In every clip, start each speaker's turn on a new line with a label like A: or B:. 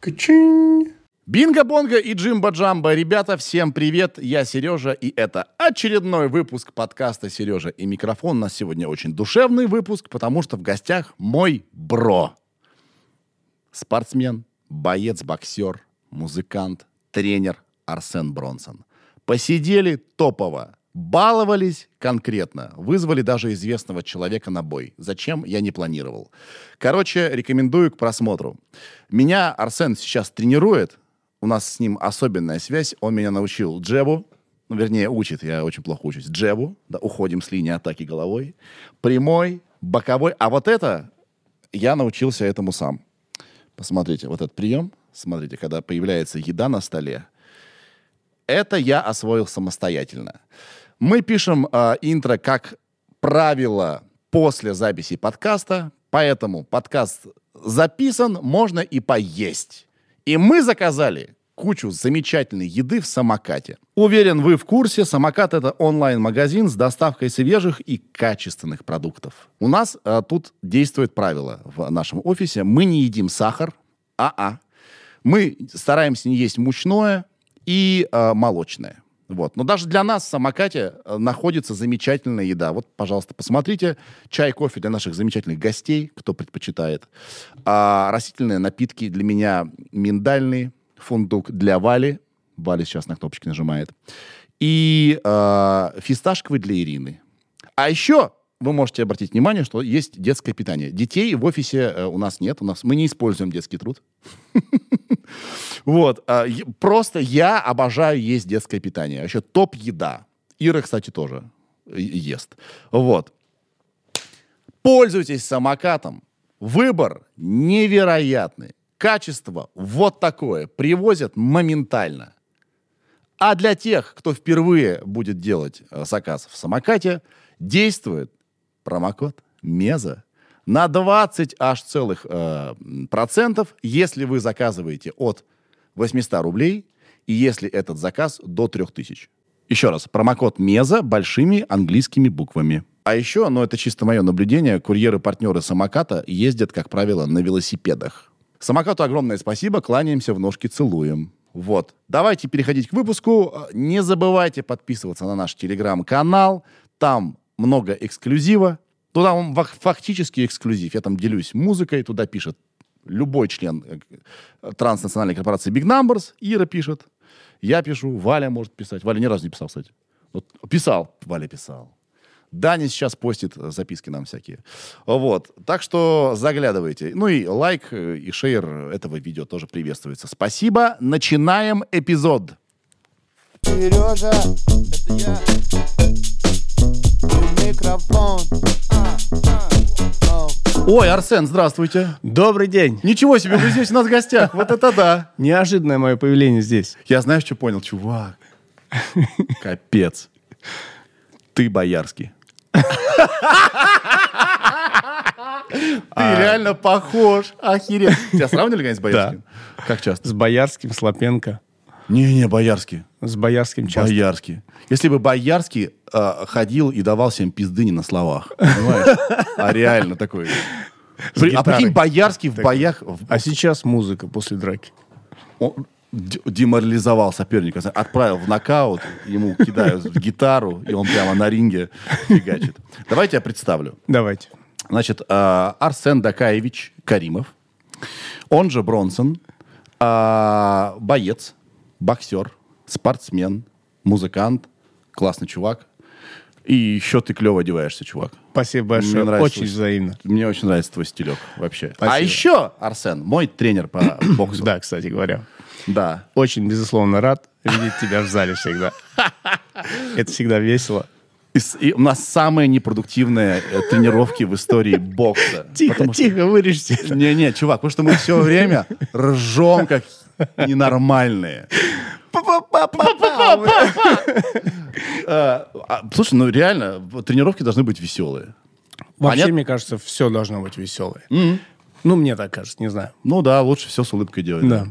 A: Качин.
B: Бинго-бонго и джимба-джамба. Ребята, всем привет. Я Сережа, и это очередной выпуск подкаста «Сережа и микрофон». У нас сегодня очень душевный выпуск, потому что в гостях мой бро. Спортсмен, боец-боксер, музыкант, тренер Арсен Бронсон. Посидели топово, баловались конкретно, вызвали даже известного человека на бой. Зачем, я не планировал. Короче, рекомендую к просмотру. Меня Арсен сейчас тренирует, у нас с ним особенная связь, он меня научил джебу, ну, вернее, учит, я очень плохо учусь, джебу, да, уходим с линии атаки головой, прямой, боковой, а вот это я научился этому сам. Посмотрите, вот этот прием, смотрите, когда появляется еда на столе, это я освоил самостоятельно. Мы пишем э, интро, как правило, после записи подкаста, поэтому подкаст записан, можно и поесть. И мы заказали кучу замечательной еды в самокате. Уверен, вы в курсе, самокат это онлайн-магазин с доставкой свежих и качественных продуктов. У нас э, тут действует правило в нашем офисе. Мы не едим сахар, а-а. Мы стараемся не есть мучное, и э, молочное. Вот. Но даже для нас в самокате э, находится замечательная еда. Вот, пожалуйста, посмотрите. Чай, кофе для наших замечательных гостей, кто предпочитает. А, растительные напитки для меня миндальный, фундук для Вали. Вали сейчас на кнопочки нажимает. И э, фисташковый для Ирины. А еще вы можете обратить внимание, что есть детское питание. Детей в офисе э, у нас нет. У нас, мы не используем детский труд. Вот. а, е- Просто я обожаю есть детское питание. Вообще топ-еда. Ира, кстати, тоже э, е- ест. Вот. Пользуйтесь самокатом. Выбор невероятный. Качество вот такое. Привозят моментально. А для тех, кто впервые будет делать э, заказ в самокате, действует промокод МЕЗа на 20 аж целых э, м, процентов, если вы заказываете от 800 рублей и если этот заказ до 3000. Еще раз, промокод МЕЗа большими английскими буквами. А еще, но это чисто мое наблюдение, курьеры-партнеры самоката ездят, как правило, на велосипедах. Самокату огромное спасибо, кланяемся в ножки, целуем. Вот. Давайте переходить к выпуску. Э, Не забывайте подписываться на наш телеграм-канал. Там много эксклюзива. Туда он фак- фактически эксклюзив. Я там делюсь музыкой, туда пишет любой член э, э, транснациональной корпорации Big Numbers. Ира пишет. Я пишу, Валя может писать. Валя ни разу не писал, кстати. Вот писал, Валя писал. Даня сейчас постит э, записки нам всякие. Вот. Так что заглядывайте. Ну и лайк э, и шейр этого видео тоже приветствуется. Спасибо. Начинаем эпизод.
C: Сережа, это я. И микрофон. А, а, о.
B: Ой, Арсен, здравствуйте.
D: Добрый день.
B: Ничего себе, вы здесь у нас в гостях. Вот это да.
D: Неожиданное мое появление здесь.
B: Я знаешь, что понял, чувак? Капец. Ты боярский. Ты реально похож. Охереть. Тебя сравнивали, конечно, с боярским? Как часто?
D: С Боярским, с Лапенко,
B: Не-не, боярский.
D: с Боярским часто.
B: Боярский. Если бы Боярский э, ходил и давал всем пизды не на словах. Понимаешь? А реально такой. При- а
D: гитарой.
B: прикинь, Боярский в боях в-
D: А сейчас музыка после драки.
B: он д- деморализовал соперника, зна- отправил в нокаут, ему кидают гитару, и он прямо на ринге фигачит. Давайте я представлю.
D: Давайте.
B: Значит, э, Арсен Дакаевич Каримов, он же Бронсон, э, боец, боксер, спортсмен, музыкант, классный чувак. И еще ты клево одеваешься, чувак.
D: Спасибо
B: Мне
D: большое.
B: нравится
D: Очень
B: очень.
D: взаимно.
B: Мне очень нравится твой стилек вообще. А
D: Спасибо.
B: еще, Арсен, мой тренер по боксу.
D: Да, кстати говоря.
B: Да.
D: Очень, безусловно, рад видеть тебя в зале всегда. Это всегда весело.
B: И с- и у нас самые непродуктивные э, тренировки в истории бокса.
D: Тихо, тихо, вырежьте это.
B: Не-не, чувак, потому что мы все время ржем как ненормальные. Э, а, Слушай, ну реально, в- тренировки должны быть веселые.
D: Вообще,
B: Понятно?
D: мне кажется, все должно быть веселое. Ну, мне так кажется, не знаю.
B: Ну да, лучше все с улыбкой делать.
D: Да.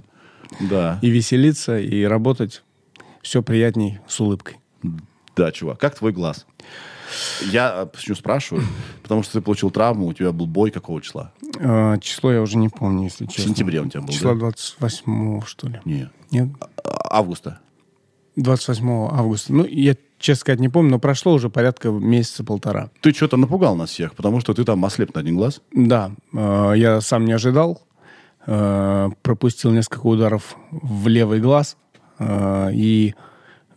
B: Да.
D: И веселиться, и работать все приятней с улыбкой.
B: Да, чувак. Как твой глаз? Я э, почему спрашиваю? Потому что ты получил травму, у тебя был бой какого числа?
D: А, число я уже не помню, если
B: В
D: честно.
B: сентябре он у тебя был,
D: Число
B: да?
D: 28 что ли?
B: Не.
D: Нет?
B: А- Августа.
D: 28 августа. Ну, я, честно сказать, не помню, но прошло уже порядка месяца-полтора.
B: Ты что-то напугал нас всех, потому что ты там ослеп на один глаз.
D: Да, э, я сам не ожидал. Э, пропустил несколько ударов в левый глаз. Э, и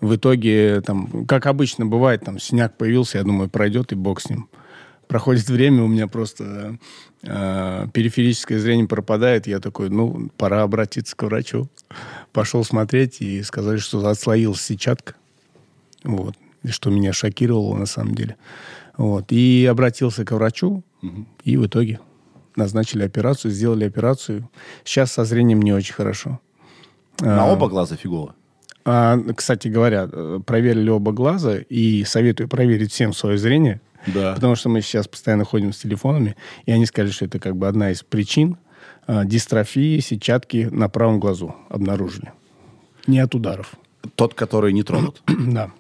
D: в итоге, там, как обычно бывает, там синяк появился, я думаю, пройдет и бог с ним. Проходит время, у меня просто э, периферическое зрение пропадает. Я такой, ну, пора обратиться к врачу. Пошел смотреть и сказали, что отслоилась сетчатка. Вот. И Что меня шокировало на самом деле. Вот. И обратился к врачу, и в итоге назначили операцию, сделали операцию. Сейчас со зрением не очень хорошо.
B: На оба глаза фигово.
D: А, кстати говоря, э, проверили оба глаза, и советую проверить всем свое зрение.
B: Да.
D: Потому что мы сейчас постоянно ходим с телефонами, и они сказали, что это как бы одна из причин э, дистрофии сетчатки на правом глазу обнаружили. Не от ударов.
B: Тот, который не тронут.
D: да.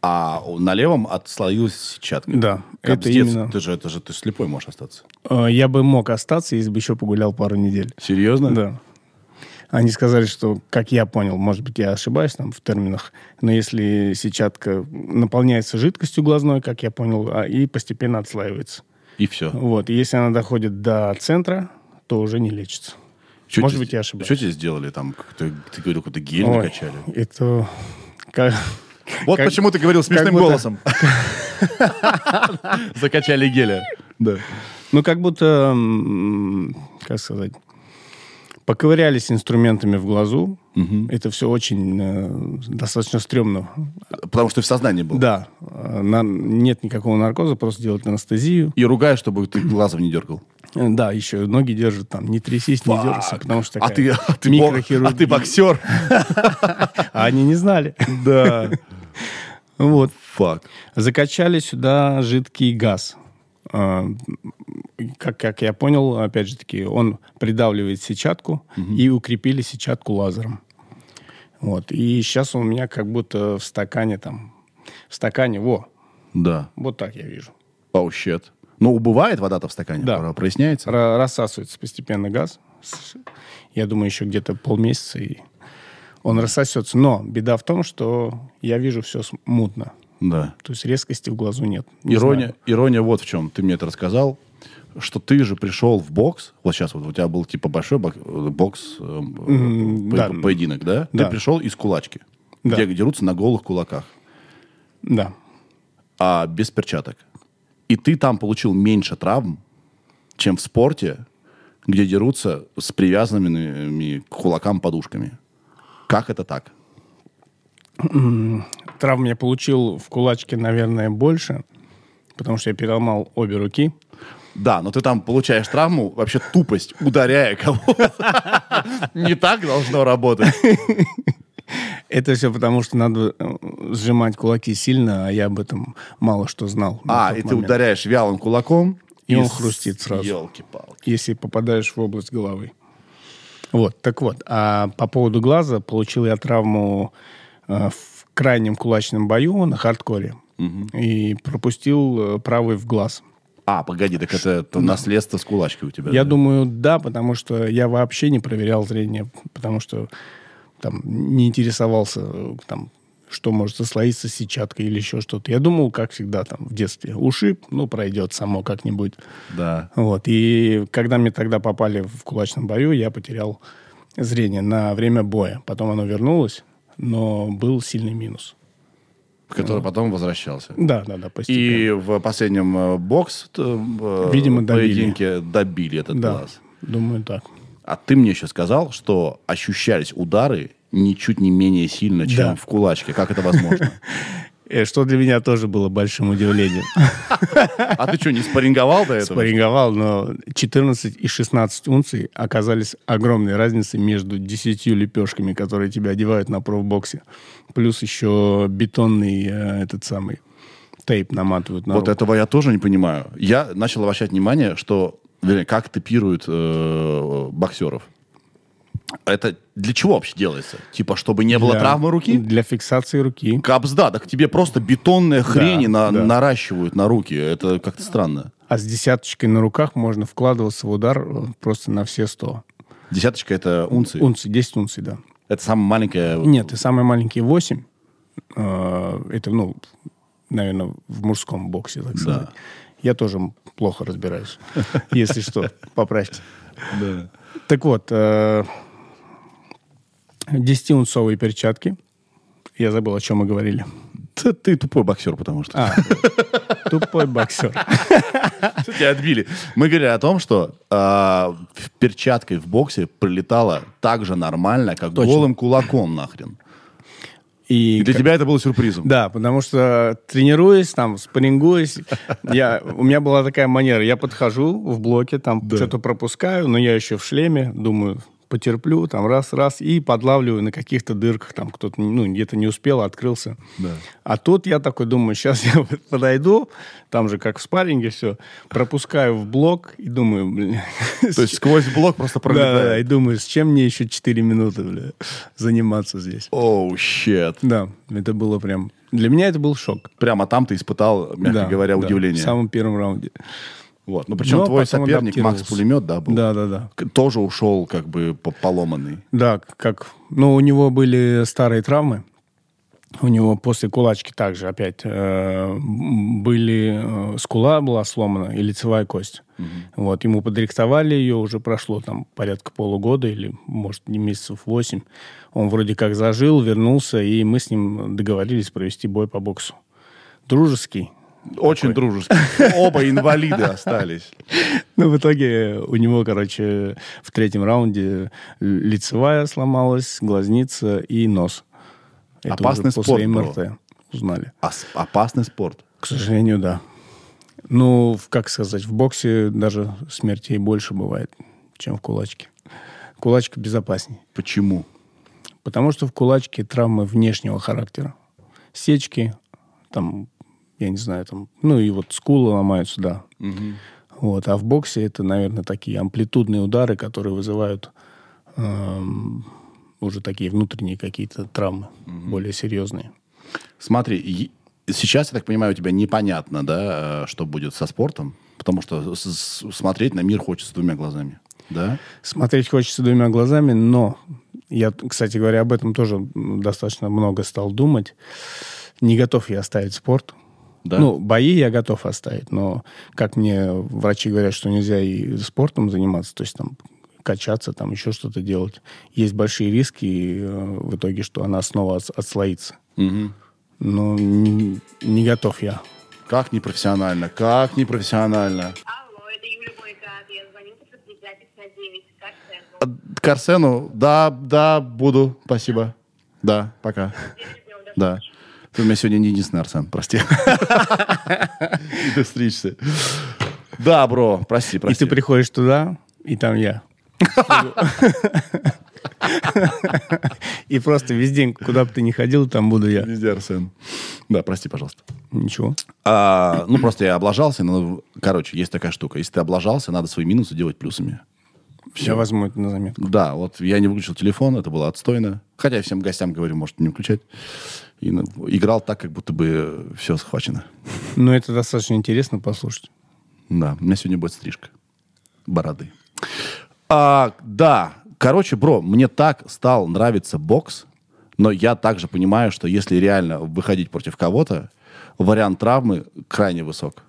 B: А у- на левом отслоилась сетчатка.
D: Да. Это
B: Капздец,
D: именно...
B: Ты же, это же ты слепой можешь остаться.
D: Э, Я бы мог остаться, если бы еще погулял пару недель.
B: Серьезно?
D: Да. Они сказали, что, как я понял, может быть, я ошибаюсь там в терминах, но если сетчатка наполняется жидкостью глазной, как я понял, а, и постепенно отслаивается.
B: И все.
D: Вот, и если она доходит до центра, то уже не лечится. Может быть, я ошибаюсь.
B: Что тебе сделали там? Как-то, ты говорил, какой-то гель
D: Ой,
B: накачали.
D: Это... как-
B: Вот
D: Как-
B: почему ты говорил смешным
D: как будто-
B: голосом. Закачали геля. Да.
D: Ну, как будто, м, как сказать, поковырялись инструментами в глазу. Это все очень э, достаточно стрёмно
B: Потому что ты в сознании был.
D: Да, э, на- нет никакого наркоза, просто делают анестезию.
B: И ругаешь, чтобы ты глазом не дергал.
D: Э, Да, еще ноги держат там, не трясись, не дергайся,
B: Фак.
D: потому что
B: а
D: такая
B: ты, а ты бо-
D: микрохирургия.
B: а ты боксер.
D: А они не знали.
B: Да.
D: Вот.
B: Фак.
D: Закачали сюда жидкий газ. Э, Как, как я понял, опять же таки, он придавливает сетчатку и укрепили сетчатку лазером. Вот. И сейчас у меня как будто в стакане там... В стакане, во,
B: Да.
D: вот так я вижу.
B: Оу, щет. Ну, убывает вода-то в стакане?
D: Да.
B: Про- Проясняется?
D: Ра- рассасывается постепенно газ. С- Я думаю, еще где-то полмесяца, и он рассосется. Но беда в том, что я вижу все мутно.
B: Да.
D: То есть резкости в глазу нет. Не
B: Ирония,
D: знаю.
B: ирония вот в чем. Ты мне это рассказал, что ты же пришел в бокс. Вот сейчас вот у тебя был типа большой бок- э, бокс, э,
D: М,
B: по-
D: да.
B: поединок, да?
D: Да.
B: Ты пришел из кулачки,
D: Да.
B: где дерутся на голых кулаках,
D: Да.
B: а без перчаток. И ты там получил меньше травм, чем в спорте, где дерутся с привязанными к кулакам подушками. Как это так?
D: Травм я получил в кулачке, наверное, больше, потому что я переломал обе руки.
B: Да, но ты там получаешь травму, вообще тупость, ударяя кого-то. Не так должно работать.
D: Это все потому, что надо э, сжимать кулаки сильно, а я об этом мало что знал. Ну, на
B: А,
D: тот
B: и ты
D: момент.
B: ударяешь вялым кулаком.
D: И он хрустит сразу.
B: Елки-палки.
D: если попадаешь в область головы. Вот, так вот. А по поводу глаза получил я травму э, в крайнем кулачном бою на хардкоре и пропустил э, правый в глаз.
B: А, погоди, так это, это наследство с кулачки у тебя.
D: Я
B: да?
D: думаю, да, потому что я вообще не проверял зрение, потому что там не интересовался э, там что может сослоиться сетчатка или еще что-то. Я думал, как всегда, там, в детстве, ушиб, ну, пройдет само как-нибудь.
B: Да.
D: Вот. И когда мне тогда попали в кулачном бою, я потерял зрение на время боя. Потом оно вернулось, но был сильный минус.
B: Который потом возвращался.
D: Да, да, да, постепенно.
B: И в последнем э, бокс э, э,
D: Видимо, добили.
B: поединке добили этот
D: да,
B: глаз.
D: думаю так.
B: А ты мне еще сказал, что ощущались удары ничуть не менее сильно, чем
D: Да.
B: в кулачке. Как это возможно?
D: Э, Что для меня тоже было большим удивлением.
B: А ты что, не спарринговал до этого?
D: Спарринговал, но 14 и 16 унций оказались огромной разницей между 10 лепешками, которые тебя одевают на профбоксе, плюс еще бетонный э, этот самый тейп наматывают на
B: А Вот
D: руку.
B: этого я тоже не понимаю. Я начал обращать внимание, что вернее, как типируют э, боксеров. Это для чего вообще делается? Типа, чтобы не было
D: Для-
B: травмы руки?
D: Для фиксации руки.
B: Капсда, так тебе просто бетонные хрени на-
D: да.
B: наращивают на руки. Это как-то странно.
D: А с десяточкой на руках можно вкладываться в удар э, просто на все 100.
B: Десяточка это унции.
D: Унции, 10 унций, да.
B: Это самая маленькая.
D: Нет, и самые маленькие 8. Это, ну, наверное, в мужском боксе, так сказать. Я тоже м- плохо разбираюсь. Если что, поправьте.
B: Да.
D: Так вот, э, 10-унцовые перчатки. Я забыл, о чем мы говорили.
B: Ты, ты тупой боксер, потому что.
D: А, тупой боксер. А.
B: Что тебя отбили. Мы говорили о том, что а, в- перчаткой в боксе прилетало так же нормально, как голым кулаком нахрен. И
D: И
B: для тебя это было сюрпризом.
D: Да, потому что тренируясь, там, спаррингуясь, я, у меня была такая манера. Я подхожу в блоке, там, что-то пропускаю, но я еще в шлеме, думаю, потерплю, там, раз-раз, и подлавливаю на каких-то дырках, там, кто-то, ну, где-то не успел, открылся. А тут я такой думаю, сейчас я вот подойду, там же как в спарринге все, пропускаю в блок и думаю, блин,
B: То есть сквозь блок просто
D: да, да, и
B: пролетает.
D: думаю, с чем мне еще 4 минуты, бля, заниматься здесь.
B: Оу, щет.
D: Да, это было прям... Для меня это был шок.
B: Прямо там ты испытал, мягко
D: Да,
B: говоря,
D: да,
B: удивление.
D: В самом первом раунде.
B: Вот. Ну, причем
D: Но
B: твой
D: потом
B: соперник Макс
D: адаптировался.
B: Пулемет, да, был?
D: Да, да, да.
B: К- Тоже ушел как бы по- поломанный.
D: Да, как... Ну, у него были старые травмы. У него после кулачки также опять э, м, были... э, скула была сломана и лицевая кость. Вот, ему подрихтовали ее, уже прошло там порядка полугода или, может, не месяцев восемь. Он вроде как зажил, вернулся, и мы с ним договорились провести бой по боксу. Дружеский,
B: Очень дружеский. Оба инвалиды остались.
D: Ну, в итоге у него, короче, в третьем раунде лицевая сломалась, глазница и нос. Это уже
B: Опасный спорт
D: после
B: был.
D: МРТ узнали.
B: Ос- Опасный спорт.
D: К сожалению, да. Ну, в- как сказать, в боксе даже смертей больше бывает, чем в кулачке. Кулачка безопасней.
B: Почему?
D: Потому что в кулачке травмы внешнего характера. Сечки, там, я не знаю, там, ну и вот скулы ломаются, да. Вот. А в боксе это, наверное, такие амплитудные удары, которые вызывают эм, уже такие внутренние какие-то травмы, более серьезные.
B: Смотри, и- сейчас, я так понимаю, у тебя непонятно, да, э, что будет со спортом, потому что с- с- смотреть на мир хочется двумя глазами, да?
D: Смотреть хочется двумя глазами, но я, кстати говоря, об этом тоже м, достаточно много стал думать. Не готов я оставить спорт.
B: Да.
D: Ну, бои я готов оставить, но как мне врачи говорят, что нельзя и спортом заниматься, то есть там качаться, там еще что-то делать. Есть большие риски и, э, в итоге, что она снова отс- отслоится.
B: Мгм.
D: Но не, не готов я.
B: Как непрофессионально, как непрофессионально.
A: Алло, это Юля Бойко. Я звоню подтвердить запись на 9. Как цену?
B: А, Карсену, да, да, буду, спасибо. Да, пока. Да. Ты у меня сегодня не единственный Арсен, прости. Ты стричься. Да, бро, прости,
D: И
B: прости.
D: ты приходишь туда, и там я. И просто везде, куда бы ты ни ходил, там буду я.
B: Везде Арсен. Да, прости, пожалуйста.
D: Ничего.
B: А, ну, просто я облажался. но, короче, есть такая штука. Если ты облажался, надо свои минусы делать плюсами.
D: Я возьму это на заметку.
B: Да, вот я не выключил телефон, это было отстойно. Хотя я всем гостям говорю, может, не выключать. И ну, играл так, как будто бы все схвачено.
D: Но это достаточно интересно послушать.
B: Да, у меня сегодня будет стрижка. Бороды. А, да, короче, бро, мне так стал нравиться бокс, но я также понимаю, что если реально выходить против кого-то, вариант травмы крайне высок.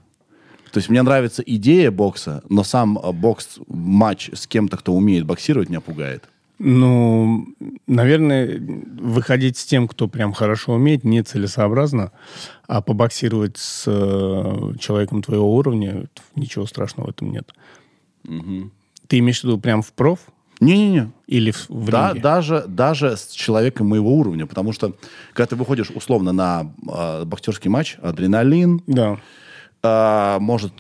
B: То есть мне нравится идея бокса, но сам э, бокс, матч с кем-то, кто умеет боксировать, меня пугает.
D: Ну, наверное, выходить с тем, кто прям хорошо умеет, нецелесообразно. А побоксировать с э, человеком твоего уровня, ничего страшного в этом нет. Ты имеешь в виду прям в проф
B: Не-не-не,
D: или в, в
B: Да,
D: ринге?
B: даже, даже с человеком моего уровня, потому что, когда ты выходишь условно на э, боксерский матч, адреналин,
D: Да.
B: а, может,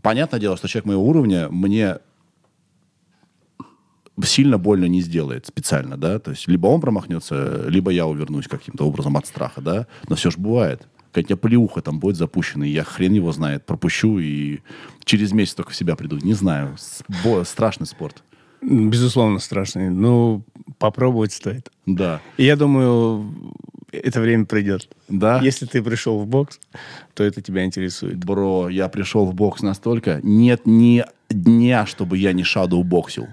B: понятное дело, что человек моего уровня мне сильно больно не сделает специально, да, то есть либо он промахнется, либо я увернусь каким-то образом от страха, да, но все же бывает. Какая-то плеуха там будет запущена, и я хрен его знает, пропущу и через месяц только в себя приду. Не знаю, С- бо- страшный спорт.
D: Безусловно, страшный. Ну, попробовать стоит.
B: Да.
D: И я думаю, это время придет.
B: Да?
D: Если ты пришел в бокс, то это тебя интересует.
B: Бро, я пришел в бокс настолько, нет ни дня, чтобы я не шадоу боксил.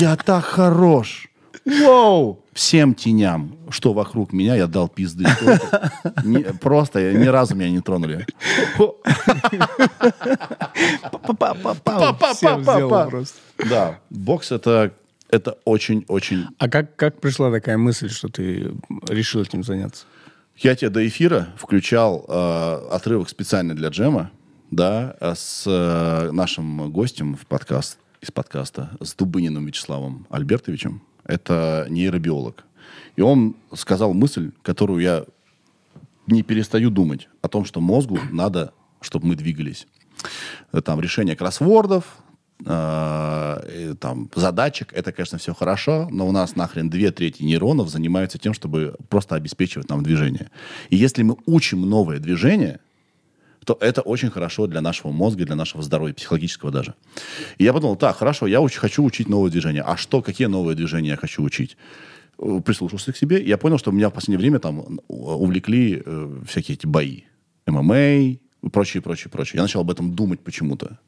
B: Я так хорош. Воу! Всем теням, что вокруг меня, я дал пизды. столько. Не- просто я- ни разу меня не тронули.
D: Па-па-па-па. Всем сделал просто.
B: Да, бокс это это очень-очень...
D: А как, как пришла такая мысль, что ты решил этим заняться?
B: Я тебе до эфира включал э, отрывок специально для Джема, да, э, с э, нашим гостем в подкаст, из подкаста, с Дубыниным Вячеславом Альбертовичем. Это нейробиолог. И он сказал мысль, которую я не перестаю думать о том, что мозгу надо, чтобы мы двигались. Э, Там решение кроссвордов, э, и там задачек, это, конечно, все хорошо, но у нас нахрен две трети нейронов занимаются тем, чтобы просто обеспечивать нам движение. И если мы учим новое движение, то это очень хорошо для нашего мозга, для нашего здоровья, психологического даже. И я подумал, так, хорошо, я уч- хочу учить новые движения. А что, какие новые движения я хочу учить? Э, Прислушался к себе, и я понял, что меня в последнее время там э, увлекли э, всякие эти бои. ММА, и прочее, прочее, прочее. Я начал об этом думать почему-то.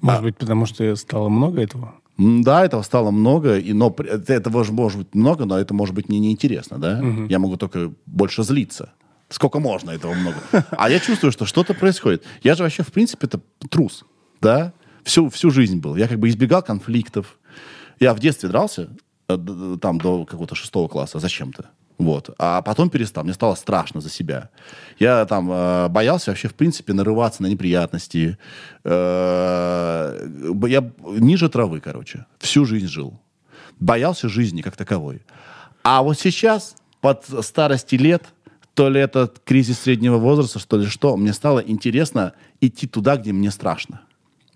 D: Может быть, потому что стало много этого?
B: М, Да, этого стало много, и, но при- это- этого же может быть много, но это может быть мне неинтересно, да? Я могу только больше злиться. Сколько можно этого много? А я чувствую, что что-то происходит. Я же вообще, в принципе, это трус, да? Всю, всю жизнь был. Я как бы избегал конфликтов. Я в детстве дрался, э, д- д- там, до какого-то шестого класса а зачем-то. Вот. А потом перестал. Мне стало страшно за себя. Я там э, боялся вообще, в принципе, нарываться на неприятности. Э, б- я б- ниже травы, короче. Всю жизнь жил. Боялся жизни как таковой. А вот сейчас, под старости лет, то ли это кризис среднего возраста, что ли что, мне стало интересно идти туда, где мне страшно.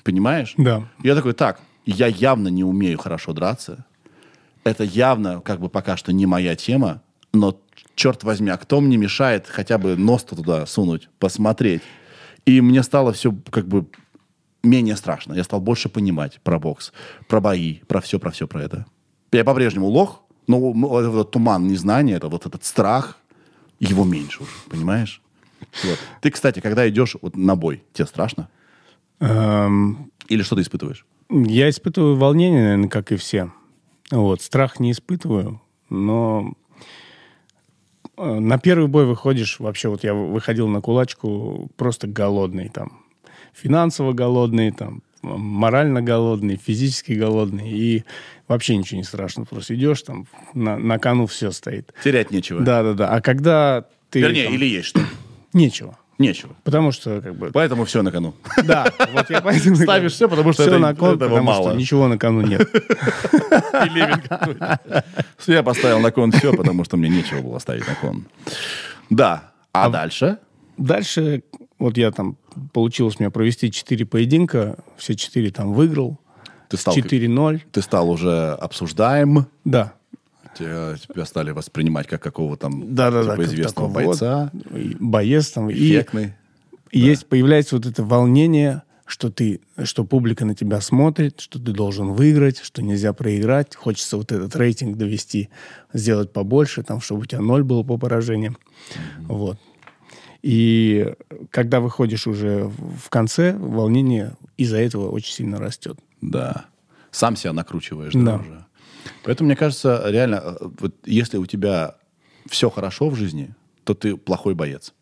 B: Понимаешь?
D: Да.
B: Я такой, так, я явно не умею хорошо драться. Это явно, как бы пока что не моя тема, но черт возьми, а кто мне мешает хотя бы нос туда сунуть, посмотреть? И мне стало все как бы менее страшно. Я стал больше понимать про бокс, про бои, про все, про все, про это. Я по-прежнему лох, но м- вот этот туман незнания, это вот этот страх, его меньше уже, понимаешь? Вот. Ты, кстати, когда идешь вот на бой, тебе страшно?
D: Эм,
B: Или что ты испытываешь?
D: Я испытываю волнение, наверное, как и все. Вот, страх не испытываю, но э, на первый бой выходишь, вообще вот я выходил на кулачку просто голодный там, финансово голодный там, м- морально голодный, физически голодный, и вообще ничего не страшно, просто идешь там, на, на кону все стоит.
B: Терять нечего.
D: Да-да-да, а когда ты...
B: типа. Вернее,
D: там,
B: или есть что?
D: Нечего,
B: Нечего.
D: потому что как бы...
B: Поэтому все на кону.
D: Да, вот я поэтому...
B: Ставишь всё, потому что
D: Всё
B: это-
D: на кон,
B: этого
D: потому
B: мало.
D: что ничего на кону нет.
B: Я поставил на кон все, потому что мне нечего было ставить на кон. Да. А, дальше?
D: Дальше, вот я там, получилось мне провести 4 поединка, все 4 там выиграл,
B: Ты стал,
D: 4-0,
B: ты стал уже обсуждаем.
D: да.
B: Типа Тебя, тебя стали воспринимать как какого там
D: Да-да-да.
B: типа,
D: как
B: известного
D: такой вот,
B: бойца.
D: и боец там. И
B: Эффектный.
D: есть, появляется вот это волнение, что ты, что публика на тебя смотрит, что ты должен выиграть, что нельзя проиграть. Хочется вот этот рейтинг довести, сделать побольше, там, чтобы у тебя ноль было по поражениям. Вот. И когда выходишь уже в в конце, волнение из-за этого очень сильно растет.
B: Да. Сам себя накручиваешь да,
D: Да.
B: уже. Поэтому, мне кажется, реально, э, вот если у тебя все хорошо в жизни, то ты плохой боец.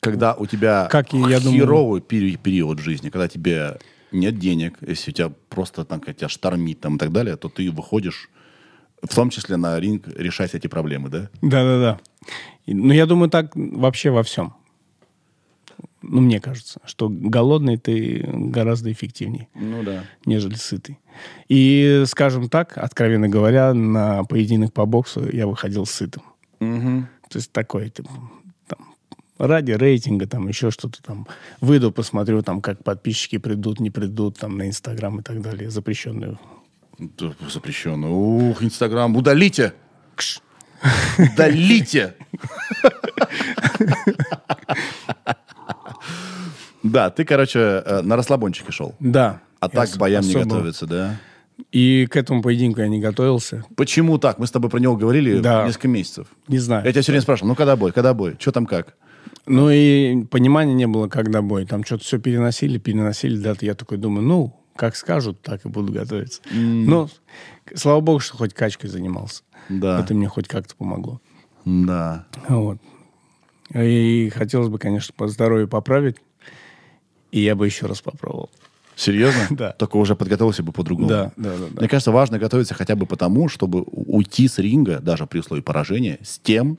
B: Когда у тебя
D: Как и я думаю.
B: херовый пери- период в жизни, когда тебе нет денег, если у тебя просто там, как тебя штормит там, и так далее, то ты выходишь, в том числе на ринг, решать эти проблемы, да?
D: Да-да-да. И- Ну, я думаю, так вообще во всем. Ну, мне кажется, что голодный ты гораздо эффективнее,
B: Ну да.
D: нежели сытый. И, скажем так, откровенно говоря, на поединок по боксу я выходил сытым. То есть такой, типа, там, ради рейтинга, там, еще что-то там. Выйду, посмотрю, там, как подписчики придут, не придут, там, на Инстаграм и так далее, запрещенную.
B: Запрещено. Ух, Инстаграм, удалите! Удалите! Да, ты, короче, э, на расслабончике шел.
D: Да.
B: А
D: Я
B: так к
D: ос-
B: боям не А
D: особо-
B: готовится, да?
D: И к этому поединку я не готовился.
B: Почему так? Мы с тобой про него говорили
D: Да.
B: несколько месяцев.
D: Не знаю.
B: Я тебя все время спрашивал, ну когда бой, когда бой, что там как?
D: Ну и понимания не было, когда бой. Там что-то все переносили, переносили даты. Я такой думаю, ну, как скажут, так и буду готовиться. Но слава богу, что хоть качкой занимался.
B: Да.
D: Это мне хоть как-то помогло.
B: Да.
D: Вот. И хотелось бы, конечно, по здоровью поправить. И я бы еще раз попробовал.
B: Серьезно?
D: Да.
B: Только уже подготовился бы по-другому.
D: Да, да, да, да.
B: Мне кажется, важно готовиться хотя бы потому, чтобы у- уйти с ринга, даже при условии поражения, с тем,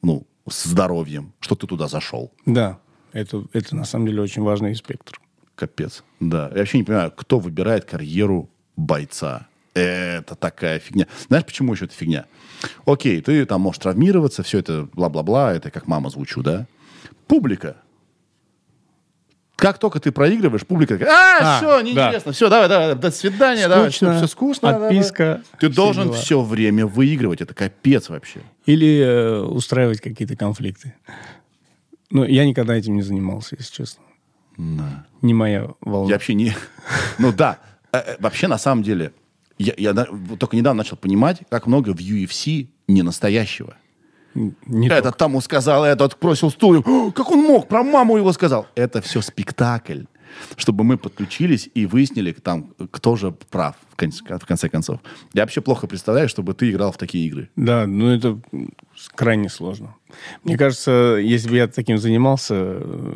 B: ну, с здоровьем, что ты туда зашел.
D: Да, это, это на самом деле очень важный спектр.
B: Капец. Да. Я вообще не понимаю, кто выбирает карьеру бойца. Это такая фигня. Знаешь, почему еще это фигня? Окей, ты там можешь травмироваться, все это бла-бла-бла, это как мама звучу, да? Публика. Как только ты проигрываешь, публика такая, а,
D: А,
B: все, неинтересно, все, давай, давай, до свидания, давай, все,
D: Скучно,
B: скучно. да-да-да».
D: отписка,
B: Ты
D: все
B: должен
D: дела.
B: все время выигрывать, это капец вообще.
D: Или э, устраивать какие-то конфликты. Ну, я никогда этим не занимался, если честно. Не моя волна.
B: Я вообще не... Ну да, Э, э, вообще на самом деле, я, я на- вот только недавно начал понимать, как много в UFC ненастоящего.
D: Не
B: этот тому сказал, этот просил стул. «О, Как он мог? Про маму его сказал. Это все спектакль. Чтобы мы подключились и выяснили, там, кто же прав, в конце, в конце концов. Я вообще плохо представляю, чтобы ты играл в такие игры.
D: Да, ну это м, с- крайне сложно. Мне кажется, если бы я таким занимался, э,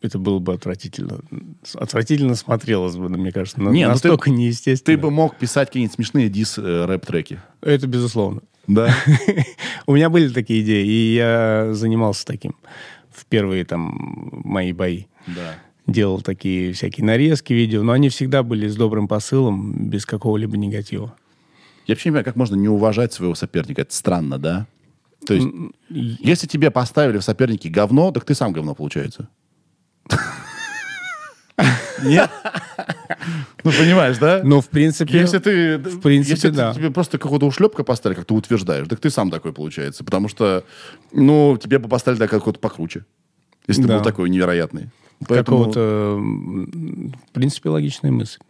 D: это было бы отвратительно. С- Отвратительно смотрелось бы, мне кажется. на-
B: Не, ну ты-
D: настолько неестественно.
B: Ты бы мог писать какие-нибудь смешные э, дис-рэп-треки.
D: Это безусловно.
B: Да?
D: У меня были такие идеи, и я занимался таким в первые там мои бои.
B: Да.
D: Делал такие всякие нарезки видео, но они всегда были с добрым посылом, без какого-либо негатива.
B: Я вообще не понимаю, как можно не уважать своего соперника. Это странно, да? То есть, если тебе поставили в сопернике говно, так ты сам говно, получается. Нет? Ну, понимаешь, да?
D: Но в принципе...
B: Если ты,
D: в принципе,
B: если ты-
D: да.
B: тебе просто какого-то ушлепка поставили, как ты утверждаешь, так ты сам такой получается, потому что, ну, тебе бы поставили да, какого-то покруче, если ты
D: Да.
B: был такой невероятный. Поэтому-
D: Какого-то, м, в принципе, логичная мысль.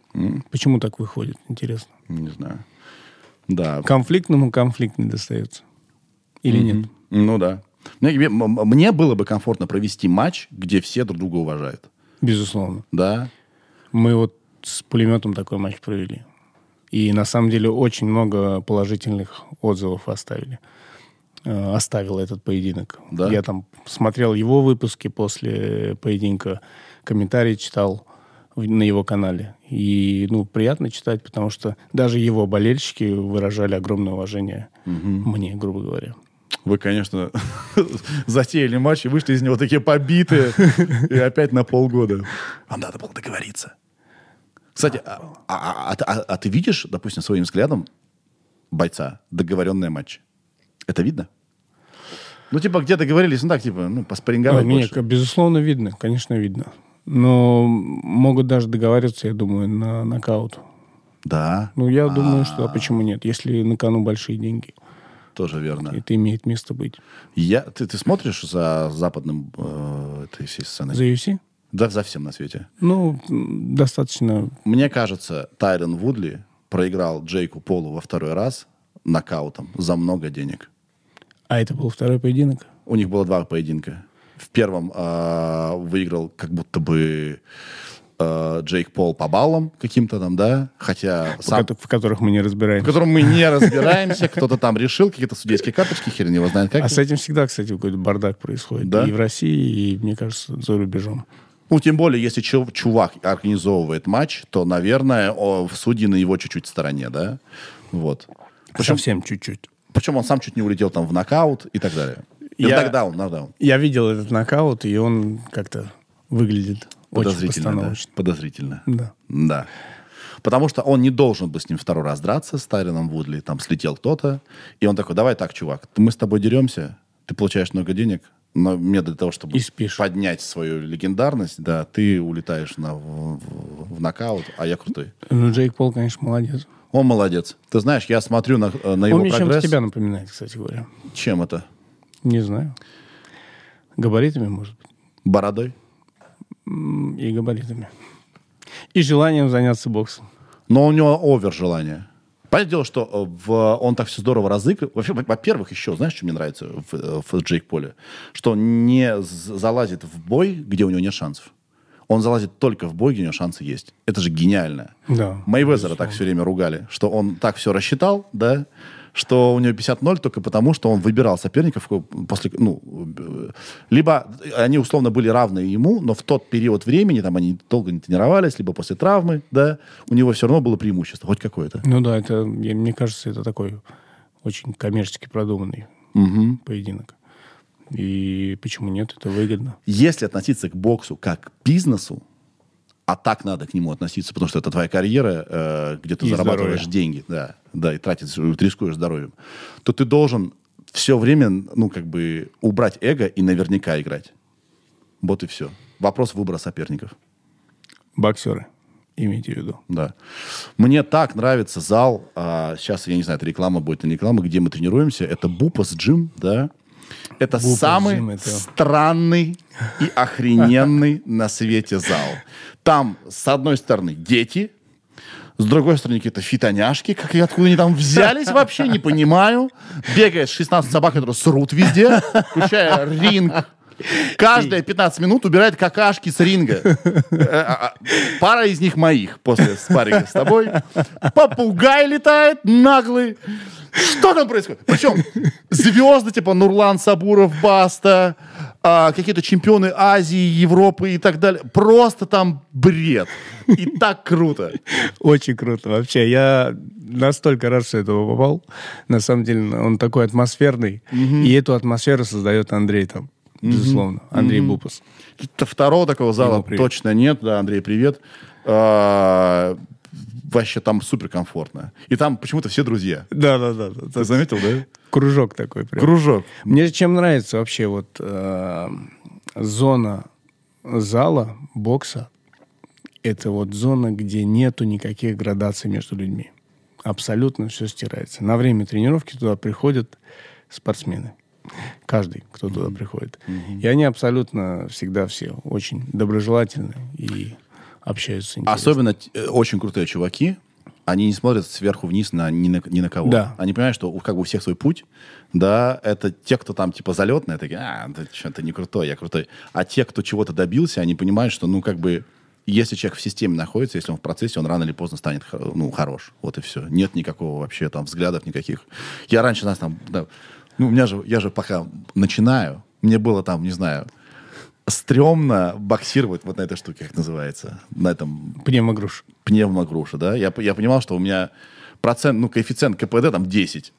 D: Почему так выходит, интересно.
B: не знаю, да.
D: Конфликтному конфликт не достается. Или нет?
B: Ну да. Мне, м- м- мне было бы комфортно провести матч, где все друг друга уважают,
D: Безусловно.
B: да.
D: Мы вот с пулеметом такой матч провели. И на самом деле очень много положительных отзывов оставили. Э, Оставил этот поединок.
B: Да?
D: Я там смотрел его выпуски после поединка, комментарии читал в- на его канале. И, ну, приятно читать, потому что даже его болельщики выражали огромное уважение мне, грубо говоря.
B: Вы, конечно, затеяли матч и вышли из него такие побитые. И опять на полгода. Вам надо было договориться. Кстати, а, а- а- а- а ты видишь, допустим, своим взглядом бойца договоренные матчи? Это видно? Ну, типа, где договорились, ну так, типа, ну, поспаринговать
D: Ой, мне,
B: больше.
D: безусловно, видно, конечно, видно. Но могут даже договариваться, я думаю, на нокаут.
B: Да,
D: Ну, я думаю, что а почему нет, если на кону большие деньги.
B: тоже верно.
D: Это имеет место быть.
B: Я, ты, ты смотришь за западным э, этой всей сценой?
D: За UFC?
B: Да, за всем на свете.
D: Ну, м, достаточно.
B: Мне кажется, Тайрон Вудли проиграл Джейку Полу во второй раз нокаутом за много денег.
D: А это был второй поединок?
B: У них было два поединка. В первом а, выиграл как будто бы а, Джейк Пол по баллам каким-то там, да? Хотя
D: В
B: сам...
D: кото- В которых мы не
B: В
D: разбираемся.
B: котором мы не разбираемся, кто-то там решил, какие-то судейские карточки, хер его знает как.
D: А с этим всегда, кстати, какой-то бардак происходит.
B: Да?
D: И в России, и, мне кажется, за рубежом.
B: Ну, тем более, если чу- чувак организовывает матч, то, наверное, о, судьи на его чуть-чуть стороне, да? Вот.
D: Совсем чуть-чуть.
B: Причем он сам чуть не улетел там в нокаут и так далее. Ну, И
D: Я-
B: нокдаун, нокдаун.
D: Я видел этот нокаут, и он как-то выглядит очень
B: Подозрительно, да.
D: постановочно.
B: Подозрительно.
D: Да.
B: Да. Потому что он не должен был с ним второй раз драться, с Тайроном Вудли. Там слетел кто-то. И он такой, давай так, чувак, мы с тобой деремся, ты получаешь много денег, но мне для того, чтобы
D: И спишь.
B: поднять свою легендарность, да, ты улетаешь на, в, в- в нокаут, а я крутой.
D: Ну, Джейк Пол, конечно, молодец.
B: Он молодец. Ты знаешь, я смотрю на, э, на его
D: он мне чем-то
B: прогресс.
D: тебя напоминает, кстати говоря.
B: Чем это?
D: Не знаю. Габаритами, может быть.
B: Бородой?
D: М, И габаритами. И желанием заняться боксом.
B: Но у него овер желание. Понятное дело, что э, в, он так все здорово разыгрывал. Вообще, во- во-первых, еще, знаешь, что мне нравится в, э, в Джейк Поле? Что он не з- залазит в бой, где у него нет шансов. Он залазит только в бой, где у него шансы есть. Это же гениально.
D: Да.
B: Мейвезера так все время ругали, что он так все рассчитал, да, что у него 50-0 только потому, что он выбирал соперников ко- после... Ну, э, либо они условно были равны ему, но в тот период времени, там они долго не тренировались, либо после травмы, да, у него все равно было преимущество, хоть какое-то.
D: Ну да, это, я- мне кажется, это такой очень коммерчески продуманный поединок. И почему нет, это выгодно.
B: Если относиться к боксу как к бизнесу, а так надо к нему относиться, потому что это твоя карьера, э, где ты
D: И
B: зарабатываешь
D: здоровье.
B: деньги, да, да, и тратишь, э, рискуешь здоровьем, то ты должен все время, ну, как бы, убрать эго и наверняка играть. Вот и все. Вопрос выбора соперников.
D: Боксеры, имейте в виду.
B: Да. Мне так нравится зал. а, сейчас, я не знаю, это реклама будет или не реклама, где мы тренируемся. Это Бупас Джим, да. Это
D: Бупас
B: самый
D: Джим, это-
B: странный и охрененный на свете зал. Там, с одной стороны, дети, с другой стороны, какие-то фитоняшки, как и откуда они там взялись вообще, не понимаю. Бегает 16 собак, которые срут везде, включая ринг. Каждые 15 минут убирает какашки с ринга. Э, а, а, Пара из них моих после спарринга с тобой. Попугай летает наглый. Что там происходит? Причем звезды типа Нурлан Сабуров, Баста, а, какие-то чемпионы Азии, Европы и так далее. Просто там бред. И так круто.
D: Очень круто вообще. Я настолько рад, что этого попал. На самом деле он такой атмосферный. И эту атмосферу создает Андрей там, безусловно. Андрей Бупас.
B: Какие-то Второго такого зала
D: Ему привет.
B: точно нет. Да, Андрей, привет. А, Вообще там суперкомфортно. И там почему-то все друзья.
D: Да-да-да.
B: Ты заметил, да?
D: Кружок такой прям.
B: Кружок.
D: Мне чем нравится вообще вот э, зона зала, бокса, это вот зона, где нету никаких градаций между людьми. Абсолютно все стирается. На время тренировки туда приходят спортсмены. Каждый, кто туда приходит. И они абсолютно всегда все очень доброжелательны и общаются. интересно.
B: Особенно т- э, очень крутые чуваки, они не смотрят сверху вниз на ни на, ни на кого.
D: Да.
B: Они понимают, что у, как бы у всех свой путь. Да, это те, кто там типа залетные, такие, а, ты что, ты не крутой, я крутой. А те, кто чего-то добился, они понимают, что, ну, как бы, если человек в системе находится, если он в процессе, он рано или поздно станет, хо- ну, хорош. Вот и все. Нет никакого вообще там взглядов никаких. Я раньше нас там, да, ну, у меня же, я же пока начинаю, мне было там, не знаю, стрёмно боксировать вот на этой штуке, как называется, на этом
D: Пневмогруш.
B: пневмогруша, да, я, п- я понимал, что у меня процент, ну, коэффициент КПД там 10.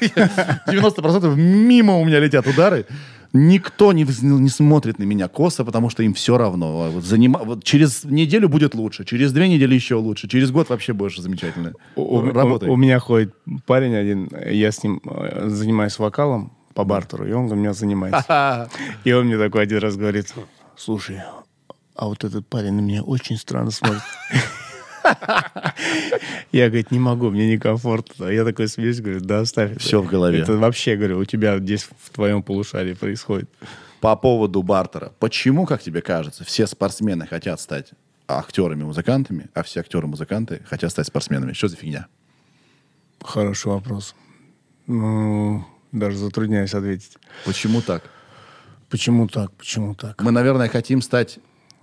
B: 90% мимо у меня летят удары. Никто не, вз- не смотрит на меня косо, потому что им все равно. А Вот занима- вот через неделю будет лучше, через две недели еще лучше, через год вообще будешь замечательно.
D: У, у-
B: Работай.
D: у меня ходит парень один, я с ним э, занимаюсь вокалом по бартеру, и он у меня занимается. И он мне такой один раз говорит, слушай, а вот этот парень на меня очень странно смотрит. Я, говорит, не могу, мне некомфортно. Я такой смеюсь, говорю, да оставь. это.
B: Всё в голове.
D: Это вообще, говорю, у тебя здесь в твоем полушарии происходит.
B: По поводу бартера. Почему, как тебе кажется, все спортсмены хотят стать актерами-музыкантами, а все актеры-музыканты хотят стать спортсменами? Что за фигня?
D: Хороший вопрос. Ну, даже затрудняюсь ответить.
B: Почему так?
D: Почему так, почему так?
B: Мы, наверное, хотим стать,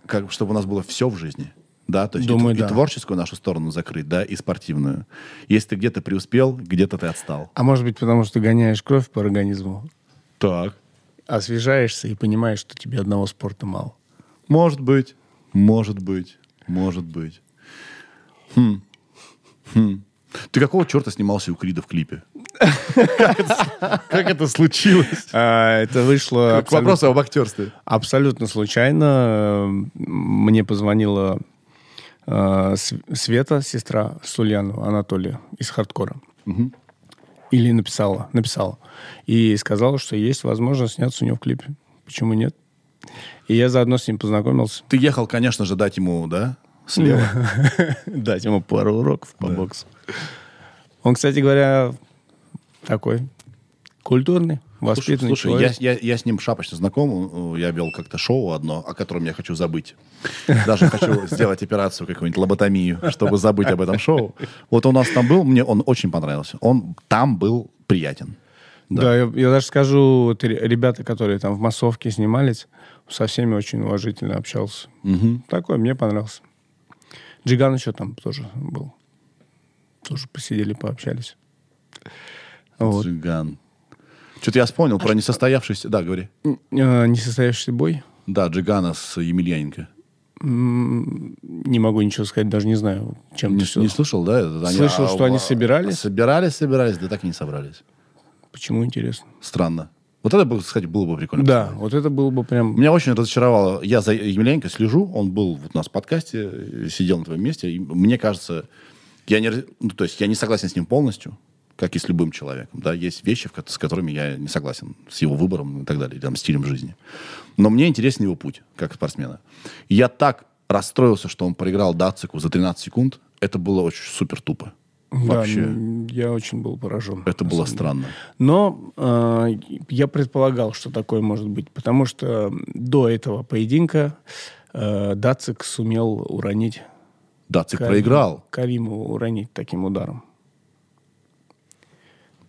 B: как, чтобы у нас было все в жизни. Да, то есть
D: Думаю,
B: и,
D: да.
B: и творческую нашу сторону закрыть, да, и спортивную. Если ты где-то преуспел, где-то ты отстал.
D: А может быть, потому что гоняешь кровь по организму,
B: Так.
D: освежаешься и понимаешь, что тебе одного спорта мало.
B: Может быть, может быть, может быть. Хм. Хм. Ты какого черта снимался у Крида в клипе? Как это- Как это случилось? А,
D: это вышло
B: К вопросу об актерстве.
D: абсолютно случайно. Эм, Мне позвонила э, С- Света, сестра Сульянова Анатолия из хардкора. Или написала, написала. И сказала, что есть возможность сняться у него в клипе. Почему нет? И я заодно с ним познакомился.
B: Ты ехал, конечно же, дать ему, да? Слева.
D: дать ему пару уроков по боксу. Он, кстати говоря, такой культурный.
B: Слушай,
D: воспитанный
B: слушай, я,
D: человек.
B: я, я с ним шапочно знаком. э, Я вел как-то шоу одно, о котором я хочу забыть. Даже хочу сделать операцию какую-нибудь, лоботомию, чтобы забыть об этом шоу. Вот он у нас там был, мне он очень понравился. Он там был приятен.
D: Да, я, я даже скажу, вот ре- ребята, которые там в массовке снимались, со всеми очень уважительно общался. Такой мне понравился. Джиган еще там тоже был. Тоже посидели, пообщались. Вот. А
B: Цыган. Что-то я вспомнил про несостоявшийся... Да, говори.
D: Н- э, Несостоявшийся бой.
B: Да, Джигана с Емельяненко.
D: Не могу ничего сказать, даже не знаю, чем
B: Не,
D: это всё.
B: не слышал, да? это? Они-
D: Слышал,
B: а,
D: что они
B: а,
D: собирались.
B: Собирались, собирались, да так и не собрались.
D: Почему интересно?
B: Странно. Вот это, бы, кстати, было бы прикольно.
D: Да, вот это было бы прям...
B: Меня очень разочаровало. Я за Емельяненко слежу. Он был вот у нас в подкасте, э, сидел на твоем месте. И мне кажется, я не, раз- ну, то есть я не согласен с ним полностью, как и с любым человеком. Да? Есть вещи, в ко- с которыми я не согласен, с его выбором и так далее, там, стилем жизни. Но мне интересен его путь, как спортсмена. Я так расстроился, что он проиграл Дацику за 13 секунд. Это было очень супер тупо.
D: Да,
B: Вообще.
D: м, я очень был поражен.
B: Это
D: на самом
B: было
D: деле.
B: странно.
D: Но э, я предполагал, что такое может быть, потому что до этого поединка э, Дацик сумел уронить...
B: Дацик
D: Карим-
B: проиграл.
D: Каримова уронить таким ударом.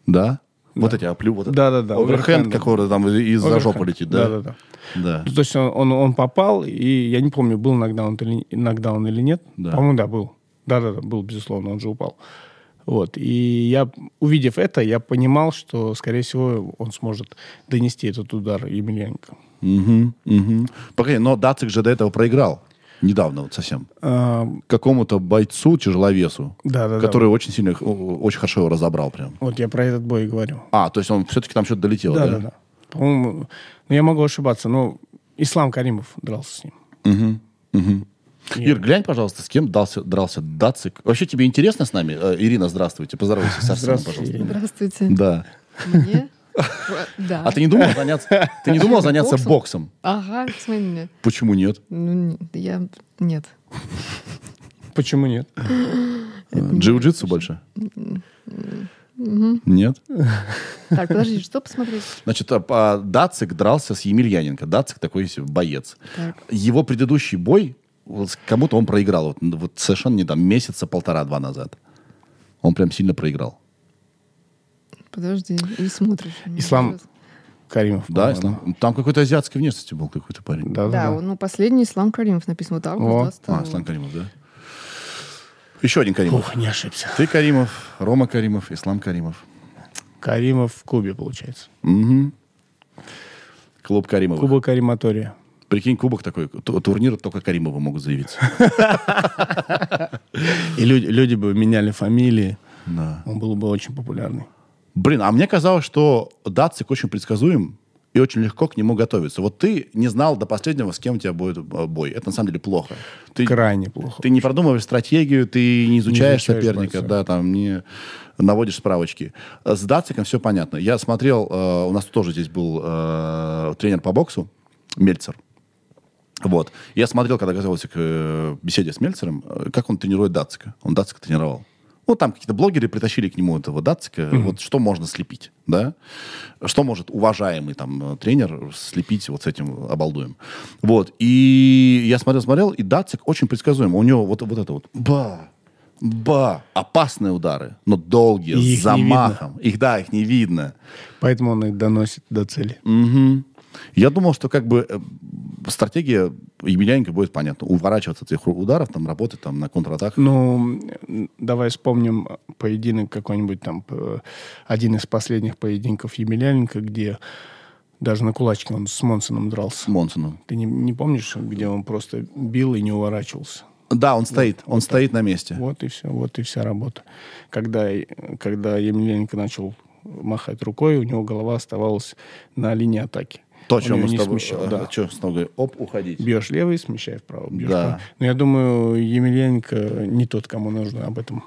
B: Да? Вот эти оплю, вот это.
D: Да-да-да,
B: Оверхенд,
D: оверхенд.
B: который там из-за жопы летит, да?
D: Да-да-да.
B: Да.
D: Ну, То есть он, он, он попал, и я не помню, был нокдаун или, нокдаун или нет.
B: Да.
D: По-моему, да, был. Да-да-да, был, безусловно, он же упал. Вот. И я, увидев это, я понимал, что, скорее всего, он сможет донести этот удар Емельяненко.
B: Угу, Погоди, но Дацик же до этого проиграл. Недавно вот совсем.
D: А,
B: Какому-то бойцу, тяжеловесу,
D: Да-да-да.
B: который очень сильно, их, о, очень хорошо его разобрал прям.
D: Вот я про этот бой и говорю.
B: А, то есть он все-таки там что-то долетел, да?
D: Да-да-да. По-моему, ну, я могу ошибаться, но Ислам Каримов дрался с ним.
B: Ир, глянь, пожалуйста, с кем дался, дрался Дацик. Вообще тебе интересно с нами? Э, Ирина, здравствуйте. Поздоровайся с Арсеном,
D: Здравствуйте,
B: пожалуйста.
E: Здравствуйте.
B: Да.
E: Мне? Да.
B: А ты не думал заняться, ты не думал заняться
E: Боксом?
B: боксом?
E: Ага, в смысле нет.
B: Почему нет?
E: Ну, н- я... Нет.
D: Почему нет?
B: Джиу-джитсу больше? Нет?
E: Так, подожди, что посмотреть?
B: Значит, а, а, Дацик дрался с Емельяненко. Дацик такой себе боец.
E: Так.
B: Его предыдущий бой, вот с- кому-то он проиграл. Вот, н- вот совершенно не там, месяца полтора-два назад. Он прям сильно проиграл.
E: Подожди, и смотришь.
D: Ислам Каримов.
B: Да,
D: по-моему.
B: Ислам? Там какой-то азиатской внешности был какой-то парень.
E: Да,
D: Да-да-да.
E: он- ну, последний Ислам Каримов написано. Вот
D: О,
E: август
B: А,
E: 22.
B: Ислам Каримов, да? Еще один Каримов.
D: Ух, не ошибся.
B: Ты Каримов, Рома Каримов, Ислам Каримов.
D: Каримов в Кубе, получается.
B: Клуб Каримова.
D: Куба Кариматория.
B: Прикинь, кубок такой. ту- Турнир только Каримовы могут заявиться.
D: И люди, люди бы меняли фамилии.
B: Да.
D: Он был бы очень популярный.
B: Блин, а мне казалось, что Дацик очень предсказуем и очень легко к нему готовиться. Вот ты не знал до последнего, с кем у тебя будет э, бой. Это на самом деле плохо. Ты,
D: Крайне плохо.
B: ты не продумываешь стратегию, ты не изучаешь,
D: изучаешь
B: соперника,
D: бойца.
B: да, там не наводишь справочки. Э, С Дациком все понятно. Я смотрел, э, у нас тоже здесь был э, тренер по боксу Мельцер. Вот. Я смотрел, когда готовился к э, беседе с Мельцером, э, как он тренирует Дацика. Он Дацика тренировал. Ну, там какие-то блогеры притащили к нему этого Дацика. Вот что можно слепить, да? Что может уважаемый там э, тренер слепить вот с этим обалдуем? Вот. И я смотрел-смотрел, и Дацик очень предсказуем. У него вот, вот это вот ба, ба. Опасные удары, но долгие,
D: И их
B: с
D: не видно.
B: замахом. Их, да, их не видно.
D: Поэтому он их доносит до цели.
B: Я думал, что как бы э, стратегия Емельяненко будет понятна. Уворачиваться от этих ударов, там, работать там, на контратаках.
D: Ну, м, давай вспомним поединок какой-нибудь там, э, один из последних поединков Емельяненко, где даже на кулачке он с Монсоном
B: С
D: дрался.
B: Монсоном.
D: Ты не, не помнишь, где он просто бил и не уворачивался?
B: Да, он стоит. Он стоит на месте.
D: Вот и все, вот и вся работа. Когда, когда Емельяненко начал махать рукой, у него голова оставалась на линии атаки.
B: То,
D: Он
B: чем
D: её
B: мы с
D: не
B: тобой...
D: смещал,
B: э,
D: да.
B: чё с тобой? Оп, уходить.
D: Бьешь левый, смещай вправо. Бьешь
B: Да.
D: вправо. Но я думаю, Емельяненко не тот, кому нужно об этом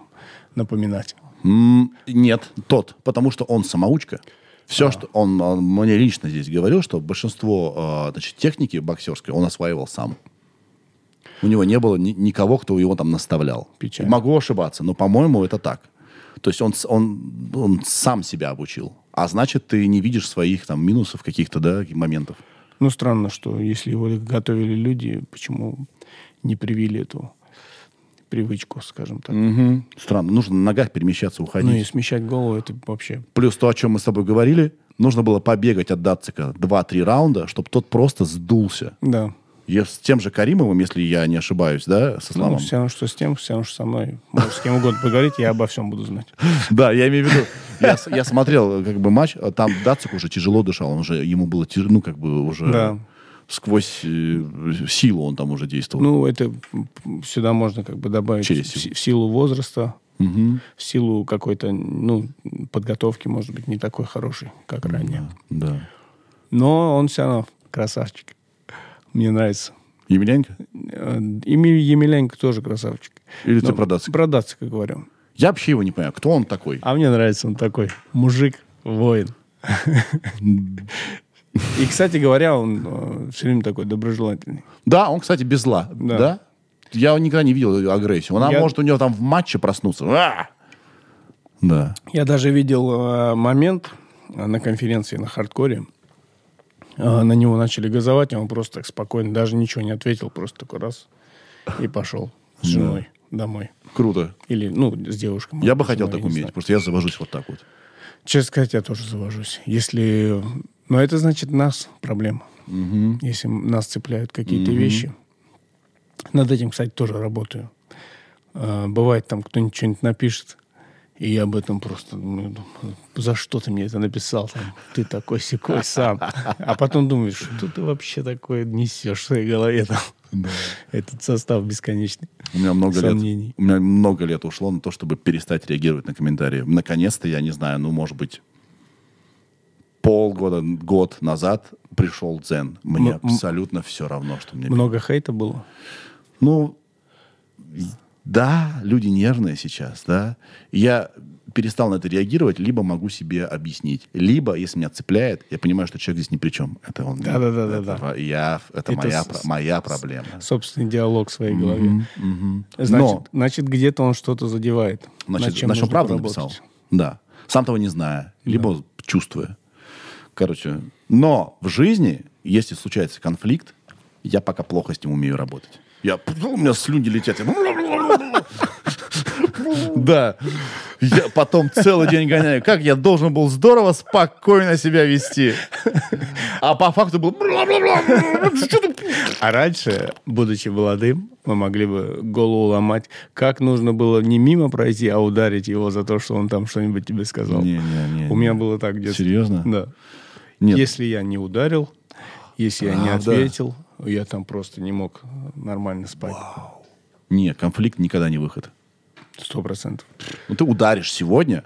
D: напоминать.
B: М, Нет, тот. Потому что он самоучка. Все, что он, он мне лично здесь говорил, что большинство э, значит, техники боксерской он осваивал сам. У него не было ни- никого, кто его там наставлял.
D: Печально.
B: Могу ошибаться, но, по-моему, это так. То есть он, с- он, он сам себя обучил. А значит, ты не видишь своих там минусов каких-то, да, моментов.
D: Ну, странно, что если его готовили люди, почему не привили эту привычку, скажем так.
B: Странно. Нужно на ногах перемещаться, уходить.
D: Ну и смещать голову, это вообще...
B: Плюс то, о чем мы с тобой говорили, нужно было побегать от Дацика 2-3 раунда, чтобы тот просто сдулся.
D: Да.
B: Я с тем же Каримовым, если я не ошибаюсь, да, со
D: Ну,
B: Славом?
D: все равно, что с тем, все равно, что со мной. Можешь с кем угодно поговорить, я обо всем буду знать.
B: Да, я имею в виду. Я, с- я смотрел э, как бы матч, а там Дацик уже тяжело дышал, он уже ему было тяж- ну как бы уже
D: Да.
B: сквозь э, силу он там уже действовал.
D: Ну, это м, сюда можно как бы добавить
B: Через
D: в
B: силу.
D: си- в силу возраста,
B: Мгм.
D: в силу какой-то, ну, подготовки, может быть, не такой хорошей, как ранее.
B: Да.
D: Но он все равно красавчик. Мне нравится.
B: Емельяненко?
D: Э, И Ми- Емельяненко тоже красавчик.
B: Или ты
D: Но
B: про Дацика?
D: Про Дацика говорю.
B: Я вообще его не понимаю, кто он такой?
D: А мне нравится он такой. Мужик, воин. И, кстати говоря, он все время такой доброжелательный.
B: Да, он, кстати, без зла, да?
D: Да.
B: Я никогда не видел её агрессию. Она
D: Я-
B: может у него там в матче проснуться. А! Да.
D: Я даже видел э, момент э, на конференции на хардкоре. Э, на него начали газовать, и он просто так спокойно, даже ничего не ответил, просто такой раз и пошел с женой домой.
B: Круто.
D: Или, ну, с девушкой. может
B: Я бы
D: быть,
B: хотел
D: но
B: так
D: не
B: уметь,
D: знаю.
B: потому что я завожусь вот так вот.
D: Честно сказать, я тоже завожусь. Если... Но это значит нас проблема. Если м- нас цепляют какие-то вещи. Над этим, кстати, тоже работаю. А, бывает, там кто-нибудь что-нибудь напишет, и я об этом просто думаю, «Ну, за что ты мне это написал? Там, ты такой секой сам. А потом думаешь, что ты вообще такое несешь в своей голове? Там? Этот состав бесконечный.
B: У меня много
D: Сомнений.
B: лет. У меня много лет ушло на то, чтобы перестать реагировать на комментарии. Наконец-то, я не знаю, ну, может быть, полгода, год назад пришел дзен. Мне
D: М- м-
B: абсолютно все равно, что мне...
D: Много хейта было.
B: Ну, да, люди нервные сейчас, да. Я перестал на это реагировать, либо могу себе объяснить. Либо, если меня цепляет, я понимаю, что человек здесь ни при чем. Это он.
D: Да-да-да-да-да.
B: Это во- Я,
D: Это
B: это, моя,
D: с-
B: про- моя проблема.
D: собственный диалог в своей голове.
B: Мгм.
D: Значит,
B: Но-
D: значит, где-то он что-то задевает.
B: Значит,
D: над чем
B: на чем
D: нужно
B: правду
D: поработать.
B: написал. Да. Сам того не зная, либо чувствуя. Короче, но в жизни, если случается конфликт, я пока плохо с ним умею работать. Я, у меня слюни летят. я- Да. Я потом целый день гоняю. Как я должен был здорово, спокойно себя вести. А по факту был...
D: А раньше, будучи молодым, мы могли бы голову ломать, как нужно было не мимо пройти, а ударить его за то, что он там что-нибудь тебе сказал.
B: Не-не-не.
D: У меня было так в детстве.
B: Серьезно?
D: Да.
B: Нет.
D: Если я не ударил, если я не
B: А, да.
D: ответил, я там просто не мог нормально спать.
B: Не, конфликт никогда не выход.
D: Сто процентов.
B: Ну, ты ударишь сегодня,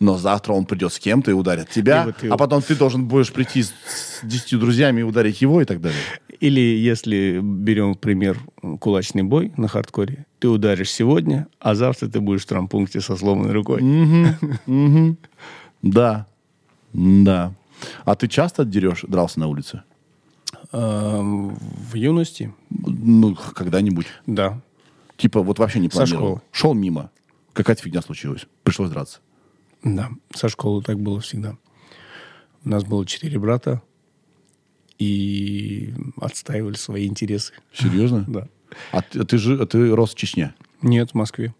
B: но завтра он придет с кем-то и ударит тебя,
D: И вот ты-
B: а потом ты должен будешь прийти с, с десятью друзьями и ударить его и так далее.
D: Или если берем в пример кулачный бой на хардкоре, ты ударишь сегодня, а завтра ты будешь в травмпункте со сломанной рукой.
B: Да, да. А ты часто дерешь, дрался на улице?
D: Эм, В юности,
B: Ну, х- когда-нибудь.
D: да.
B: Типа вот вообще не
D: Со
B: планировал.
D: школы.
B: Шел мимо. Какая-то фигня случилась. Пришлось драться.
D: Да, со школы так было всегда. У нас было четыре брата, и отстаивали свои интересы.
B: Серьезно?
D: Да.
B: А ты, а ты же а ты рос в Чечне.
D: Нет, в Москве.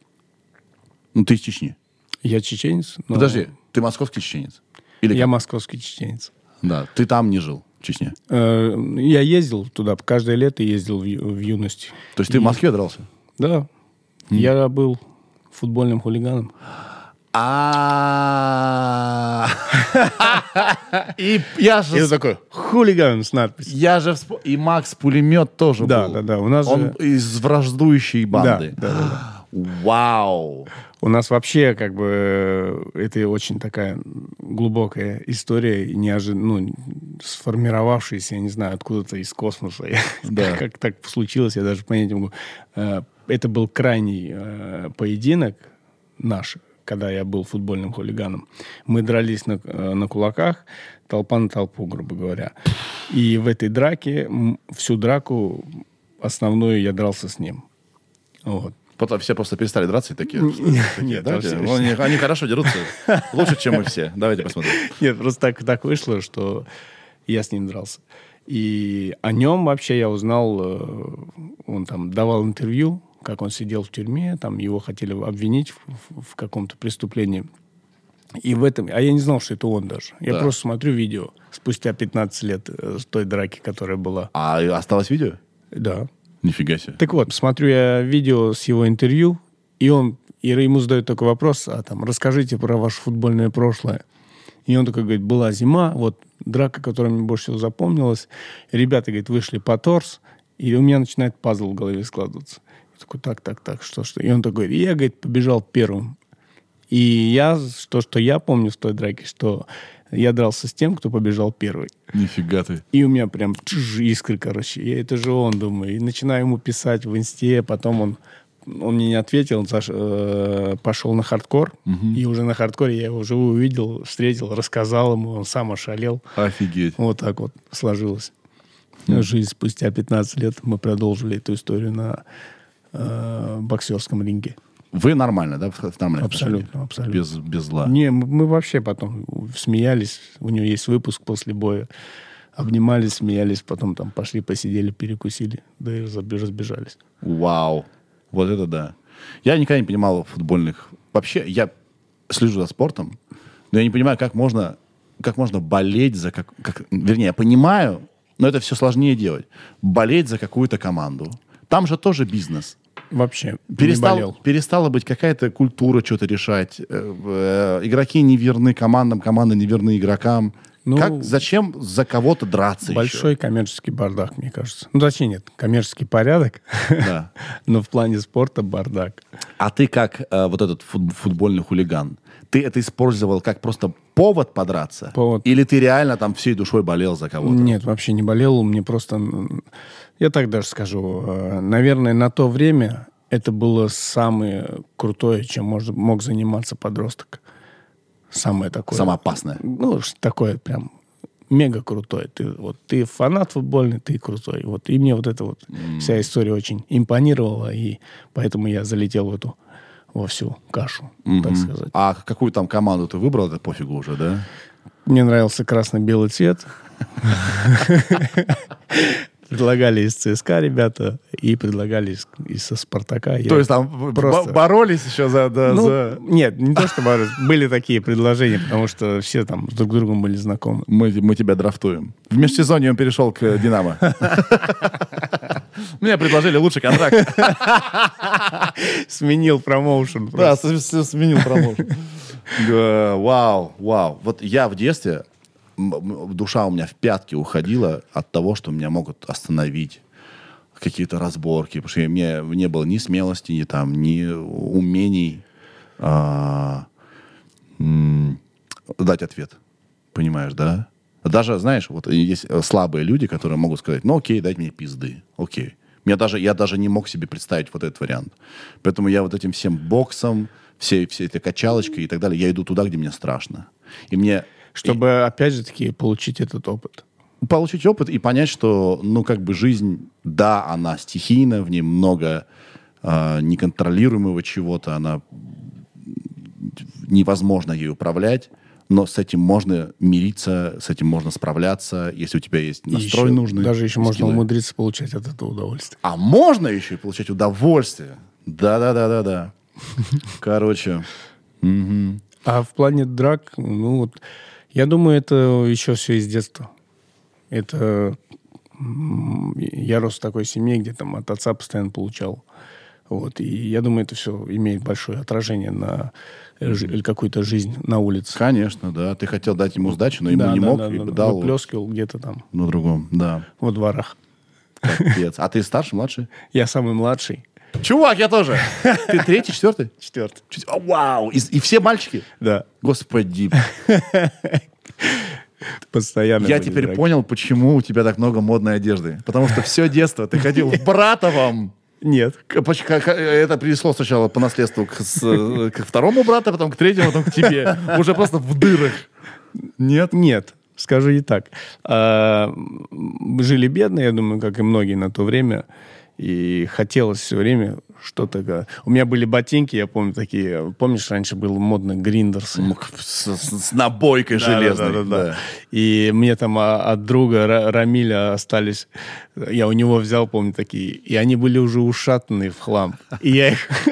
B: Ну, ты из Чечни.
D: Я чеченец, но...
B: Подожди, ты московский чеченец? Или
D: Я
B: как?
D: московский чеченец.
B: Да, ты там не жил, в Чечне.
D: Э, Я ездил туда, каждое лето ездил в ю- в юности.
B: То есть ты в Москве дрался?
D: Да. Я был футбольным хулиганом.
B: А. И я же...
D: И такой хулиган с надписью.
B: Я же вспо- И Макс пулемет тоже
D: Да,
B: был.
D: да, да, у нас
B: Он
D: же-
B: из враждующей банды.
D: Да, да, да,
B: Вау.
D: У нас вообще как бы э, это очень такая глубокая история, и неожи- ну, сформировавшаяся, я не знаю, откуда-то из космоса. Я-
B: Да.
D: Как так случилось, я даже понять не могу. Э, Это был крайний э, поединок наш, когда я был футбольным хулиганом. Мы дрались на, э, на кулаках, толпа на толпу, грубо говоря. И в этой драке м, всю драку основную я дрался с ним. Вот.
B: Потом все просто перестали драться и такие...
D: Нет,
B: что это такие,
D: нет,
B: давайте,
D: вообще.
B: ну, они, они хорошо дерутся. Лучше, чем мы все. Давайте посмотрим.
D: Нет, просто так, так вышло, что я с ним дрался. И о нем вообще я узнал, э, он там давал интервью, как он сидел в тюрьме, там его хотели обвинить в, в- в каком-то преступлении. И в этом... А я не знал, что это он даже. Я
B: Да.
D: просто смотрю видео спустя 15 лет э, с той драки, которая была.
B: А осталось видео?
D: Да.
B: Нифига себе.
D: Так вот, смотрю я видео с его интервью, и он и ему задают такой вопрос, а там, расскажите про ваше футбольное прошлое. И он такой говорит, была зима, вот драка, которая мне больше всего запомнилась. Ребята, говорит, вышли по торс, и у меня начинает пазл в голове складываться. Я такой, так, так, так, что, что? И он такой, и я, говорит, побежал первым. И я, то, что я помню с той драки, что я дрался с тем, кто побежал первый.
B: Нифига ты.
D: И у меня прям чж, искры, короче. И это же он, думаю. И начинаю ему писать в инсте, потом он он мне не ответил, он заш- э, пошел на хардкор, и уже на хардкоре я его живую увидел, встретил, рассказал ему, он сам ошалел.
B: Офигеть.
D: Вот так вот сложилось. Жизнь спустя 15 лет мы продолжили эту историю на э, боксерском ринге.
B: Вы нормально, да? в- в нормальных
D: Абсолютно,
B: отношениях?
D: абсолютно.
B: Без, без зла.
D: Не, мы, мы вообще потом смеялись. У него есть выпуск после боя. Обнимались, смеялись, потом там пошли, посидели, перекусили, да и разоб- разбежались.
B: Вау. Вот это да. Я никогда не понимал футбольных. Вообще, я слежу за спортом, но я не понимаю, как можно, как можно болеть за... Как, как- вернее, я понимаю, но это все сложнее делать. Болеть за какую-то команду. Там же тоже бизнес.
D: Вообще, не
B: Перестал,
D: болел.
B: перестала быть какая-то культура что-то решать. Э, в- э, игроки не верны командам, команды не верны игрокам.
D: Ну,
B: как, зачем за кого-то драться еще?
D: Большой коммерческий бардак, мне кажется. Ну, точнее, нет, коммерческий порядок,
B: Да.
D: но в плане спорта бардак.
B: А ты как э, вот этот фут- футбольный хулиган, ты это использовал как просто повод подраться?
D: Повод.
B: Или ты реально там всей душой болел за кого-то?
D: Нет, вообще не болел. Мне просто... м, Я так даже скажу. э, Наверное, на то время это было самое крутое, чем мож- мог заниматься подросток. Самое такое.
B: Самое опасное.
D: Ну, ш- такое прям мега крутое. Ты, вот, ты фанат футбольный, ты крутой. Вот, и мне вот эта вот вся история очень импонировала, и поэтому я залетел в эту во всю кашу, так сказать.
B: А какую там команду ты выбрал, это пофигу уже, да?
D: Мне нравился красно-белый цвет. Предлагали из ЦСКА ребята и предлагали из, из со Спартака. Я-
B: То есть там б-
D: просто-
B: боролись еще за... да,
D: Ну,
B: за-
D: Нет, не то чтобы раз- были такие предложения, потому что все там друг с другом были знакомы.
B: Мы, мы тебя драфтуем. В межсезонье он перешел к э, «Динамо». Мне предложили лучший контракт.
D: Сменил промоушен.
B: Да,
D: просто.
B: с- с- сменил промоушен. Да, Вау, вау. Вот я в детстве, м- м- душа у меня в пятки уходила от того, что меня могут остановить какие-то разборки, потому что я- мне не было ни смелости, ни там, ни умений а, м, дать ответ. Понимаешь, да? Даже, знаешь, вот есть э, слабые люди, которые могут сказать, ну окей, дайте мне пизды, окей. Меня даже, я даже не мог себе представить вот этот вариант. Поэтому я вот этим всем боксом, всей, всей этой качалочкой и так далее, я иду туда, где мне страшно. И мне...
D: Чтобы, опять же таки, получить этот опыт.
B: получить опыт и понять, что, ну, как бы жизнь, да, она стихийна, в ней много э, неконтролируемого чего-то, она невозможно ей управлять, но с этим можно мириться, с этим можно справляться, если у тебя есть
D: И
B: настрой
D: еще-
B: нужный.
D: Даже еще можно
B: скиллы.
D: умудриться получать от этого удовольствие.
B: А можно еще и получать удовольствие. Да-да-да-да-да. Короче,
D: А в плане драк, ну вот, я думаю, это еще все из детства. Это м, я рос в такой семье, где там от отца постоянно получал. Вот, и я думаю, это все имеет большое отражение на жи- какую-то жизнь на улице.
B: конечно, да. Ты хотел дать ему сдачу, но ему
D: Да,
B: не
D: да,
B: мог,
D: да,
B: и
D: да, Ну, да.
B: дал
D: Выплескивал где-то там
B: на другом, да.
D: во дворах.
B: Капец. А ты старший, младший?
D: Я самый младший.
B: Чувак, я тоже. Ты третий, четвертый?
D: Четвертый.
B: Чет- О, Вау! И, и все мальчики?
D: Да.
B: Господи,
D: Постоянно.
B: я
D: были
B: теперь
D: драки.
B: понял, почему у тебя так много модной одежды. Потому что все детство ты ходил в Братовом.
D: Нет.
B: К- поч- к- к- Это перешло сначала по наследству к, с- э, к второму брату, потом к третьему, а потом к тебе. Уже просто в дырах.
D: Нет? Нет. Скажу и так. А, м, Жили бедно, я думаю, как и многие на то время. И хотелось все время что-то... га- У меня были ботинки, я помню, такие... Помнишь, раньше был модно гриндерс?
B: Мк- С, с- с набойкой железной.
D: Да, да, да, да.
B: да.
D: И мне там а, от друга Ра- Рамиля остались... Я у него взял, помню, такие. И они были уже ушатанные в хлам. И я их...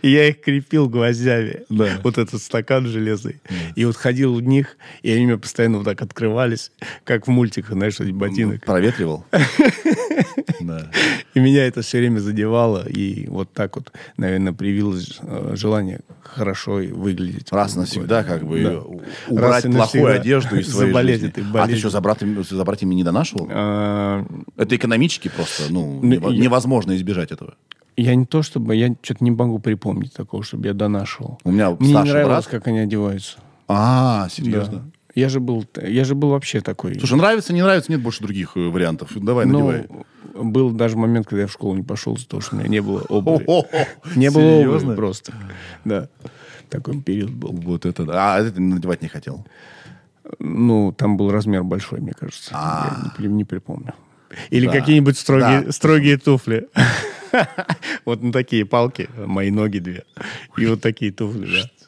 D: И я их крепил гвоздями.
B: Да.
D: Вот этот стакан железный. И вот ходил в них, и они у меня постоянно вот так открывались, как в мультиках, знаешь, эти ботинок.
B: Проветривал. Да.
D: И меня это все время задевало. И вот так вот, наверное, привилось э, желание хорошо и выглядеть.
B: Раз навсегда, как бы,
D: Да.
B: у-
D: Раз
B: убрать
D: и
B: плохую
D: навсегда
B: одежду из своей
D: заболеть этой
B: жизни. А ты
D: болезнью.
B: что, за братами, за братьями не донашивал?
D: А,
B: Это экономически просто, ну,
D: Ну,
B: нево-
D: я-
B: невозможно избежать этого.
D: Я не то чтобы, я что-то не могу припомнить такого, чтобы я донашивал.
B: У меня
D: Мне не
B: старший
D: нравилось,
B: брат...
D: как они одеваются.
B: А,
D: Да.
B: серьезно?
D: Я же был, я же был вообще такой.
B: Слушай, нравится, не нравится, нет больше других э, вариантов. Давай,
D: Ну,
B: надевай.
D: был даже момент, когда я в школу не пошел из-за того, что у меня не было обуви.
B: О-хо-хо.
D: Не было
B: Серьезно?
D: обуви просто. Да. Такой период был.
B: Вот это да. А это ты надевать не хотел.
D: Ну, там был размер большой, мне кажется.
B: А.
D: Я не, при- не припомню. Или
B: Да.
D: какие-нибудь строгие,
B: Да.
D: строгие туфли. Вот на такие палки, мои ноги две. И вот такие туфли,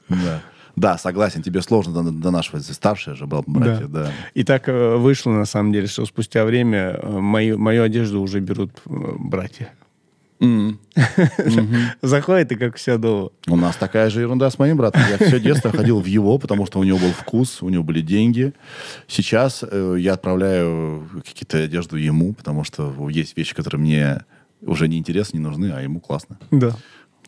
D: да.
B: Да. Да, согласен, тебе сложно дон- донашивать. Старшие же брат- братья, да.
D: И так э, вышло, на самом деле, что спустя время э, мою, мою одежду уже берут э, братья. Заходит и как у себя дома.
B: У нас такая же ерунда с моим братом. Я все детство ходил в его, потому что у него был вкус, у него были деньги. Сейчас э, я отправляю какие-то одежду ему, потому что есть вещи, которые мне уже не интересны, не нужны, а ему классно.
D: Да. типа.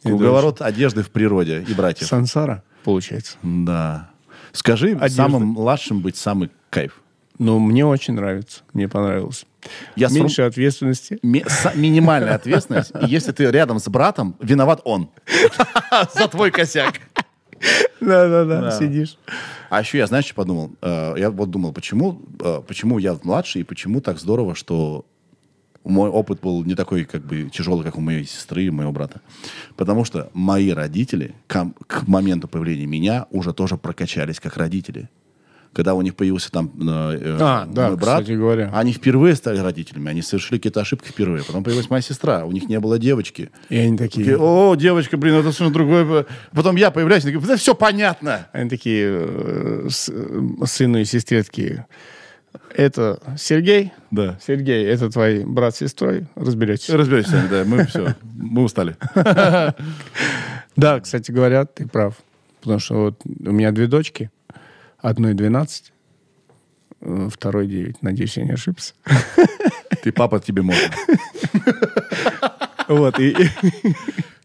B: Круговорот одежды в природе и братьев.
D: Сансара, получается.
B: Да. Скажи,
D: Одежда.
B: самым младшим быть самый кайф.
D: Но мне очень нравится. Мне понравилось.
B: Я сформ-
D: Меньше ответственности.
B: Ми- са- минимальная ответственность. И если ты рядом с братом, виноват он. За твой косяк.
D: Да-да-да, сидишь.
B: А еще я, знаешь, что подумал? Э, Я вот думал, почему, э, почему я младший и почему так здорово, что мой опыт был не такой как бы тяжелый, как у моей сестры и моего брата. Потому что мои родители кам- к, моменту появления меня уже тоже прокачались как родители. Когда у них появился там э, э,
D: А, да,
B: мой брат,
D: кстати говоря.
B: они впервые стали родителями, они совершили какие-то ошибки впервые. Потом появилась моя сестра, у них не было девочки.
D: И они
B: Такие,
D: такие...
B: О, девочка, блин, это совершенно другое. Потом я появляюсь, и говорю, все понятно.
D: Они такие э, с- э, сыну и сестре такие... Это Сергей?
B: Да.
D: Сергей, это твой брат с сестрой. Разберетесь.
B: Разберемся с вами, да. Мы все, мы устали.
D: Да, кстати говоря, ты прав. Потому что вот у меня две дочки. Одной 12, э, второй 9. Надеюсь, я не ошибся.
B: Ты папа, тебе можно.
D: Вот, и...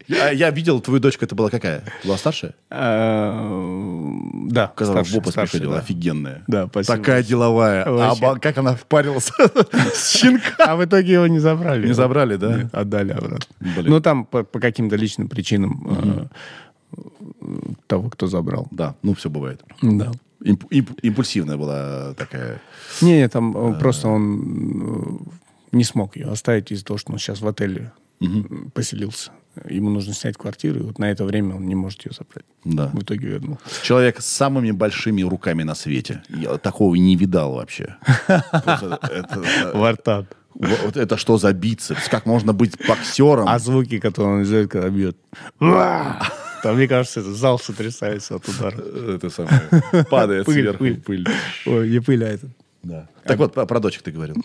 B: Я, я видел, твою дочку это была какая? Ты была старшая?
D: э, Да,
B: Которая
D: А,
B: в
D: старше-
B: опыт
D: старше,
B: приходила,
D: да.
B: офигенная.
D: Да, спасибо.
B: Такая деловая. А
D: Вообще.
B: оба- как она впарилась с щенка?
D: А в итоге его не забрали.
B: Не забрали, да?
D: Нет, Отдали обратно.
B: Блин.
D: Ну, там по, по каким-то личным причинам э, того, кто забрал.
B: Да, ну все бывает.
D: Да.
B: Имп- имп- Импульсивная была такая.
D: Не, не, там э, просто он э, не смог ее оставить из-за того, что он сейчас в отеле э, поселился. Ему нужно снять квартиру, и вот на это время он не может ее забрать.
B: Да.
D: В итоге вернул.
B: Человек с самыми большими руками на свете. Я такого не видал вообще. Просто это-
D: Вартан.
B: Вот это что за бицепс? Как можно быть боксером?
D: А звуки, которые он издает, когда бьет. «Уа!» Там, мне кажется, этот зал сотрясается от удара.
B: Э, Это самое. Падает
D: Пыль,
B: сверху
D: пыль.
B: пыль.
D: Ой, не пыль, а этот.
B: Да. Так вот, про- про дочек ты говорил.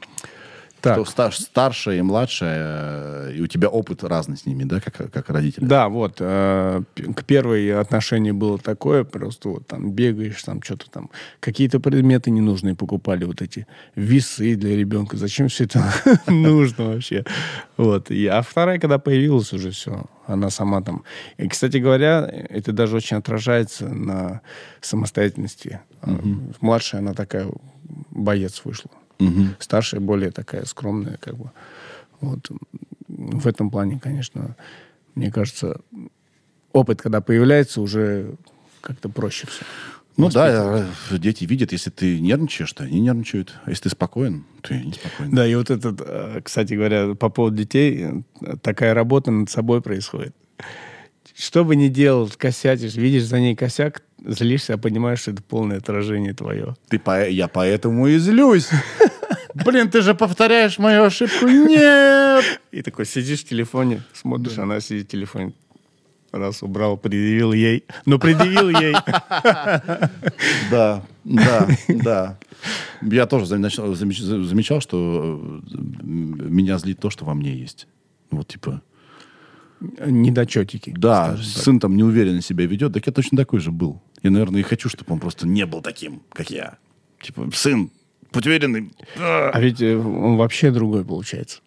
B: Что
D: Так,
B: стар- старшая и младшая, э, и у тебя опыт разный с ними, да, как, как родители?
D: Да, вот. э, п- К первой отношение было такое, просто вот там бегаешь, там что-то там. Какие-то предметы ненужные покупали, вот эти весы для ребенка. Зачем все это нужно вообще? Вот. И- А вторая, когда появилась уже все, она сама там. И, кстати говоря, это даже очень отражается на самостоятельности. А, Младшая, она такая боец вышла. Старшая более такая скромная, как бы. Вот. В этом плане, конечно, мне кажется, опыт, когда появляется, уже как-то проще все.
B: Ну да, э, дети видят, если ты нервничаешь, то они нервничают. А если ты спокоен, то и они спокойны.
D: Да, и вот этот, э, кстати говоря, по поводу детей, э, такая работа над собой происходит. Что бы ни делал, косятишь, видишь за ней косяк, злишься, а понимаешь, что это полное отражение твое.
B: Ты по- я поэтому и злюсь. Блин, ты же повторяешь мою ошибку. Нет!
D: И такой сидишь в телефоне, смотришь, она сидит в телефоне. Раз убрал, предъявил ей. Ну, предъявил ей.
B: Да, да, да. Я тоже замечал, замеч- замечал, что э, м, меня злит то, что во мне есть. Вот типа,
D: Недочетики.
B: да, сын там неуверенно себя ведет, так я точно такой же был. Я, наверное, и хочу, чтобы он просто не был таким, как я. Типа, сын, будь уверенным.
D: А ведь э, он вообще другой получается.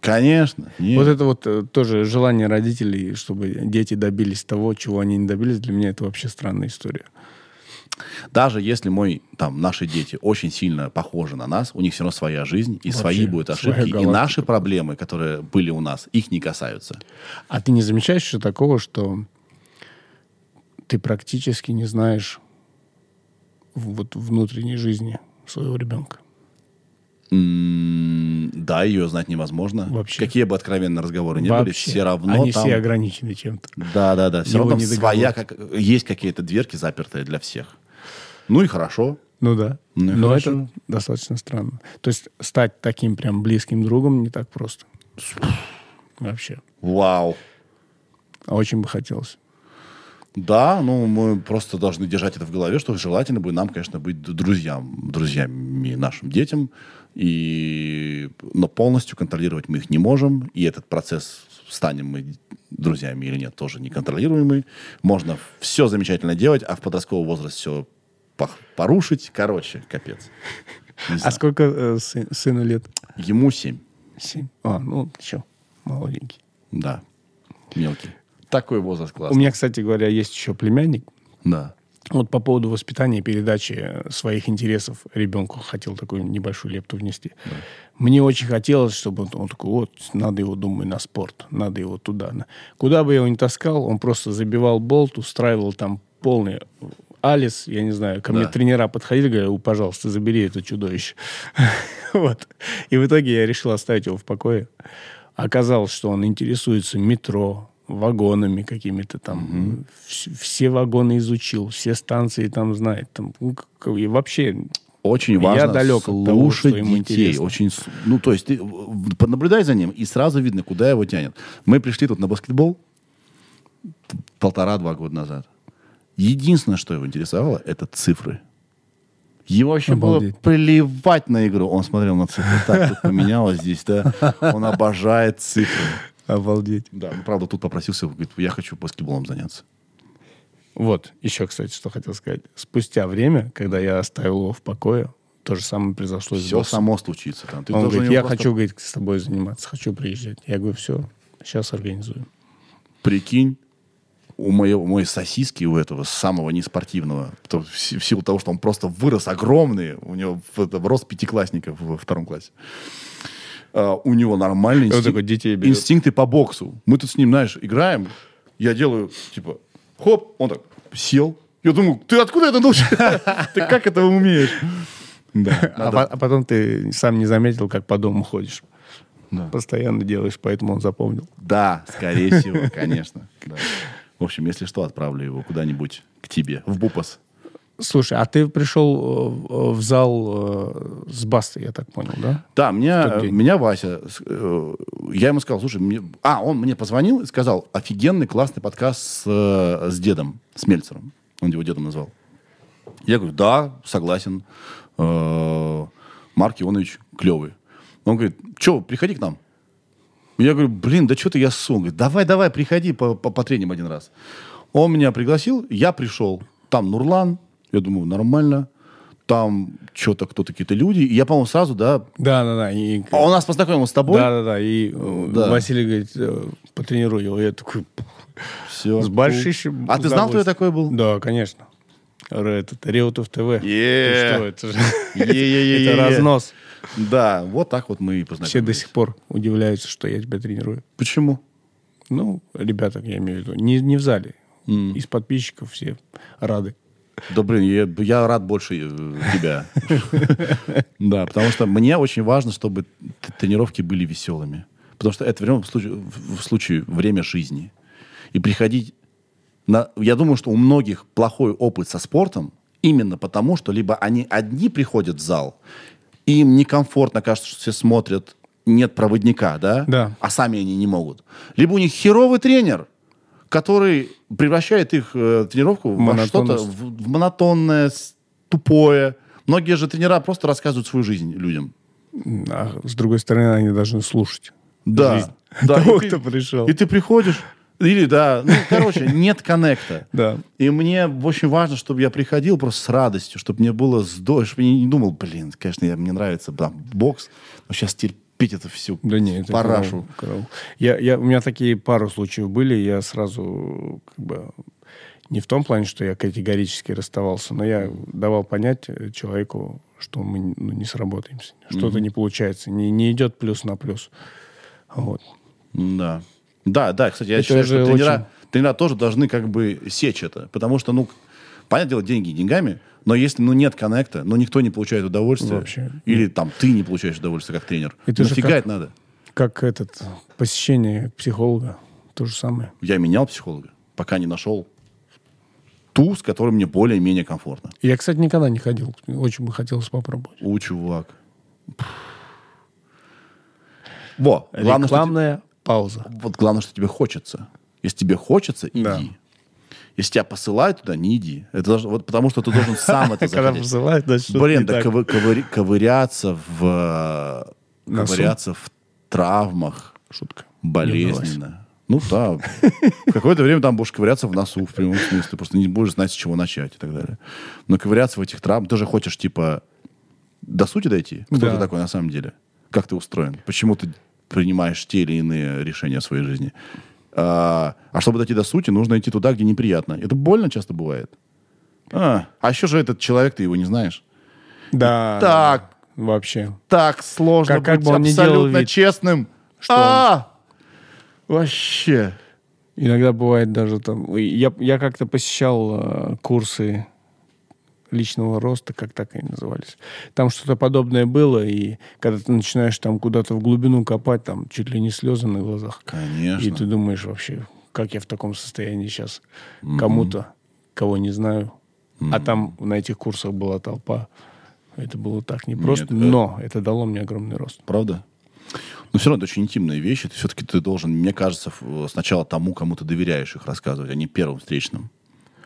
B: Конечно. нет.
D: Вот это вот э, тоже желание родителей, чтобы дети добились того, чего они не добились, для меня это вообще странная история.
B: Даже если мой, там, наши дети очень сильно похожи на нас, у них все равно своя жизнь, и свои будут
D: своя
B: ошибки, и
D: галактика.
B: наши проблемы, которые были у нас, их не касаются.
D: А ты не замечаешь еще такого, что ты практически не знаешь в- вот внутренней жизни своего ребенка?
B: М, Да, ее знать невозможно.
D: Вообще.
B: Какие бы откровенные разговоры ни были,
D: Вообще.
B: все равно
D: Они
B: там...
D: все ограничены чем-то.
B: Да, да, да. Все
D: Его
B: равно там
D: не
B: своя, как, есть какие-то дверки запертые для всех. Ну и хорошо.
D: Ну да.
B: Ну и
D: Но
B: хорошо.
D: это достаточно странно. То есть стать таким прям близким другом не так просто. Вообще.
B: Вау.
D: А очень бы хотелось.
B: Да, ну мы просто должны держать это в голове, что желательно бы нам, конечно, быть д- друзьям, друзьями нашим детям, и... но полностью контролировать мы их не можем, и этот процесс, станем мы друзьями или нет, тоже неконтролируемый. Можно все замечательно делать, а в подростковом возрасте все порушить. Короче, капец. Не
D: А
B: знаю.
D: сколько э, сы- сыну лет?
B: Ему семь.
D: Семь. А, ну еще молоденький.
B: Да. Мелкий. Такой возраст
D: У
B: классный.
D: меня, кстати говоря, есть еще племянник.
B: Да.
D: Вот по поводу воспитания и передачи э, своих интересов ребенку хотел такую небольшую лепту внести. Мне очень хотелось, чтобы он, он такой, вот, надо его, думаю, на спорт, надо его туда. на-». Куда бы я его ни таскал, он просто забивал болт, устраивал там полный э, алис, я не знаю, ко мне
B: Да.
D: тренера подходили, говорят, «У, пожалуйста, забери это чудовище. Вот. И в итоге я решил оставить его в покое. Оказалось, что он интересуется метро, вагонами какими-то там. Вс- Все вагоны изучил, все станции там знает. Там, ну, как- и вообще
B: Очень
D: Я
B: важно
D: далек от того,
B: слушать
D: что ему
B: детей.
D: интересно.
B: Очень, с- ну, то есть ты в- понаблюдай за ним, и сразу видно, куда его тянет. Мы пришли тут на баскетбол полтора-два года назад. Единственное, что его интересовало, это цифры. Его вообще
D: Обалдеть.
B: было плевать на игру. Он смотрел на цифры. Так, тут поменялось здесь, да. Он обожает цифры.
D: обалдеть.
B: Да, ну, правда, тут попросился, говорит, я хочу баскетболом заняться.
D: Вот, еще, кстати, что хотел сказать. Спустя время, когда я оставил его в покое, то же самое произошло и с
B: Все
D: боссом.
B: само стучится. Там. Ты
D: Он
B: должен
D: говорит,
B: его
D: я
B: просто-
D: хочу, говорит, с тобой заниматься, хочу приезжать. Я говорю, все, сейчас организуем.
B: Прикинь, у моего, мой сосиски, у этого самого неспортивного, то в, си- в силу того, что он просто вырос огромный, у него в- это, рост пятиклассника во втором классе. А, у него нормальный
D: Он
B: инстинкт-
D: такой детей берет.
B: инстинкты по боксу. Мы тут с ним, знаешь, играем, я делаю, типа, хоп, он так сел. Я думаю, ты откуда это научил? Ты как это умеешь? Да.
D: А, по- а потом ты сам не заметил, как по дому ходишь. Постоянно делаешь, поэтому он запомнил.
B: Да, скорее всего, конечно. да. В общем, если что, отправлю его куда-нибудь к тебе, в Бупас.
D: Слушай, а ты пришел э, в зал э, с Бастой, я так понял, да?
B: Да, меня,
D: тот день.
B: меня Вася, с- э, я ему сказал, слушай, мне... а, он мне позвонил и сказал, офигенный классный подкаст с, э, с дедом, с Мельцером. Он его дедом назвал. Я говорю, да, согласен. Э, Марк Иванович клевый. Он говорит, что, приходи к нам. Я говорю, блин, да что ты я сон? Говорит, давай, давай, приходи, по, по- потреним один раз. Он меня пригласил, я пришел. Там Нурлан, я думаю, нормально. Там что-то, кто-то, какие-то люди. И я, по-моему, сразу, да,
D: Да, да, да. И,
B: а он нас познакомил с тобой.
D: да, да, да. И э,
B: Да.
D: Василий говорит, э, потренируй его. Я такой, «Пф,
B: Все.
D: с большим
B: А ты знал, кто я такой был?
D: Да, конечно. Р- Этот, Реутов ТВ.
B: Е.
D: Ты что, это же...
B: Е-е-е-е-е.
D: Это разнос.
B: Да, вот так вот мы и
D: Все до
B: познакомились.
D: сих пор удивляются, что я тебя тренирую.
B: Почему?
D: Ну, ребята, я имею в виду, не, не в зале. Из подписчиков все рады.
B: Да, блин, я, я рад больше э, тебя. Да, потому что мне очень важно, чтобы т- тренировки были веселыми. Потому что это в любом случае, в в случае время жизни. И приходить... на- Я думаю, что у многих плохой опыт со спортом именно потому, что либо они одни приходят в зал, и им некомфортно кажется, что все смотрят, нет проводника, да?
D: Да.
B: А сами они не могут. Либо у них херовый тренер, который превращает их э, тренировку в во что-то
D: Монотонность.
B: в, в монотонное, с- тупое. Многие же тренера просто рассказывают свою жизнь людям.
D: А с другой стороны, они должны слушать.
B: Да.
D: Жизнь
B: да.
D: того,
B: и ты-
D: кто пришел.
B: И ты приходишь, или да, ну, короче, нет коннекта.
D: Да.
B: И мне очень важно, чтобы я приходил просто с радостью, чтобы мне было здорово, чтобы я не думал, блин, конечно, я, мне нравится там, бокс, но сейчас терпеть это всю
D: Да нет,
B: парашу.
D: Я, я, у меня такие пару случаев были, я сразу как бы не в том плане, что я категорически расставался, но я давал понять э, человеку, что мы н- ну, не сработаемся, что-то не получается, не, не идет плюс на плюс. Вот.
B: Да. Да, да, кстати, я
D: Это
B: считаю, что
D: же
B: тренера, тренера тоже должны как бы сечь это, потому что, ну, понятное дело, деньги деньгами, но если, ну, нет коннекта, ну, никто не получает удовольствия.
D: Вообще.
B: Или там ты не получаешь удовольствие как тренер.
D: Это же
B: Нафига
D: как-
B: это надо?
D: Как этот посещение психолога, то же самое.
B: Я менял психолога, пока не нашел ту, с которой мне более-менее комфортно.
D: Я, кстати, никогда не ходил, очень бы хотелось попробовать.
B: У, чувак. Во, главное, что
D: Рекламная пауза.
B: те- вот главное, что тебе хочется. Если тебе хочется, иди.
D: Да.
B: Если тебя посылают туда, не иди. Это должно- вот потому что ты должен сам это захотеть.
D: посылают, значит, что-то
B: Блин,
D: не
B: да
D: так.
B: ковы- ковыря- ковыряться в э,
D: Носу?
B: ковыряться в травмах
D: Шутка.
B: болезненно. Ну да. В какое-то время там будешь ковыряться в носу, в прямом смысле. Просто не будешь знать, с чего начать и так далее. Но ковыряться в этих травмах... Ты же хочешь, типа, до сути дойти? Кто
D: Да.
B: ты такой на самом деле? Как ты устроен? Почему ты принимаешь те или иные решения в своей жизни? А, а чтобы дойти до сути, нужно идти туда, где неприятно. Это больно часто бывает. А, а еще же этот человек, ты его не знаешь.
D: Да.
B: Так.
D: да. Вообще.
B: Так сложно
D: Как- как
B: быть
D: бы он ни делал
B: абсолютно
D: вид,
B: честным.
D: что
B: А! Вообще.
D: Иногда бывает даже там... Я, я как-то посещал э, курсы личного роста, как так они назывались. Там что-то подобное было, и когда ты начинаешь там куда-то в глубину копать, там чуть ли не слезы на глазах.
B: Конечно.
D: И ты думаешь вообще, как я в таком состоянии сейчас кому-то, кого не знаю. А там на этих курсах была толпа. Это было так непросто,
B: Нет, э.
D: но это дало мне огромный рост.
B: Правда? Но все Ну, равно это очень интимные вещи. Ты все-таки ты должен, мне кажется, ф- э, сначала тому, кому ты доверяешь их рассказывать, а не первым встречным.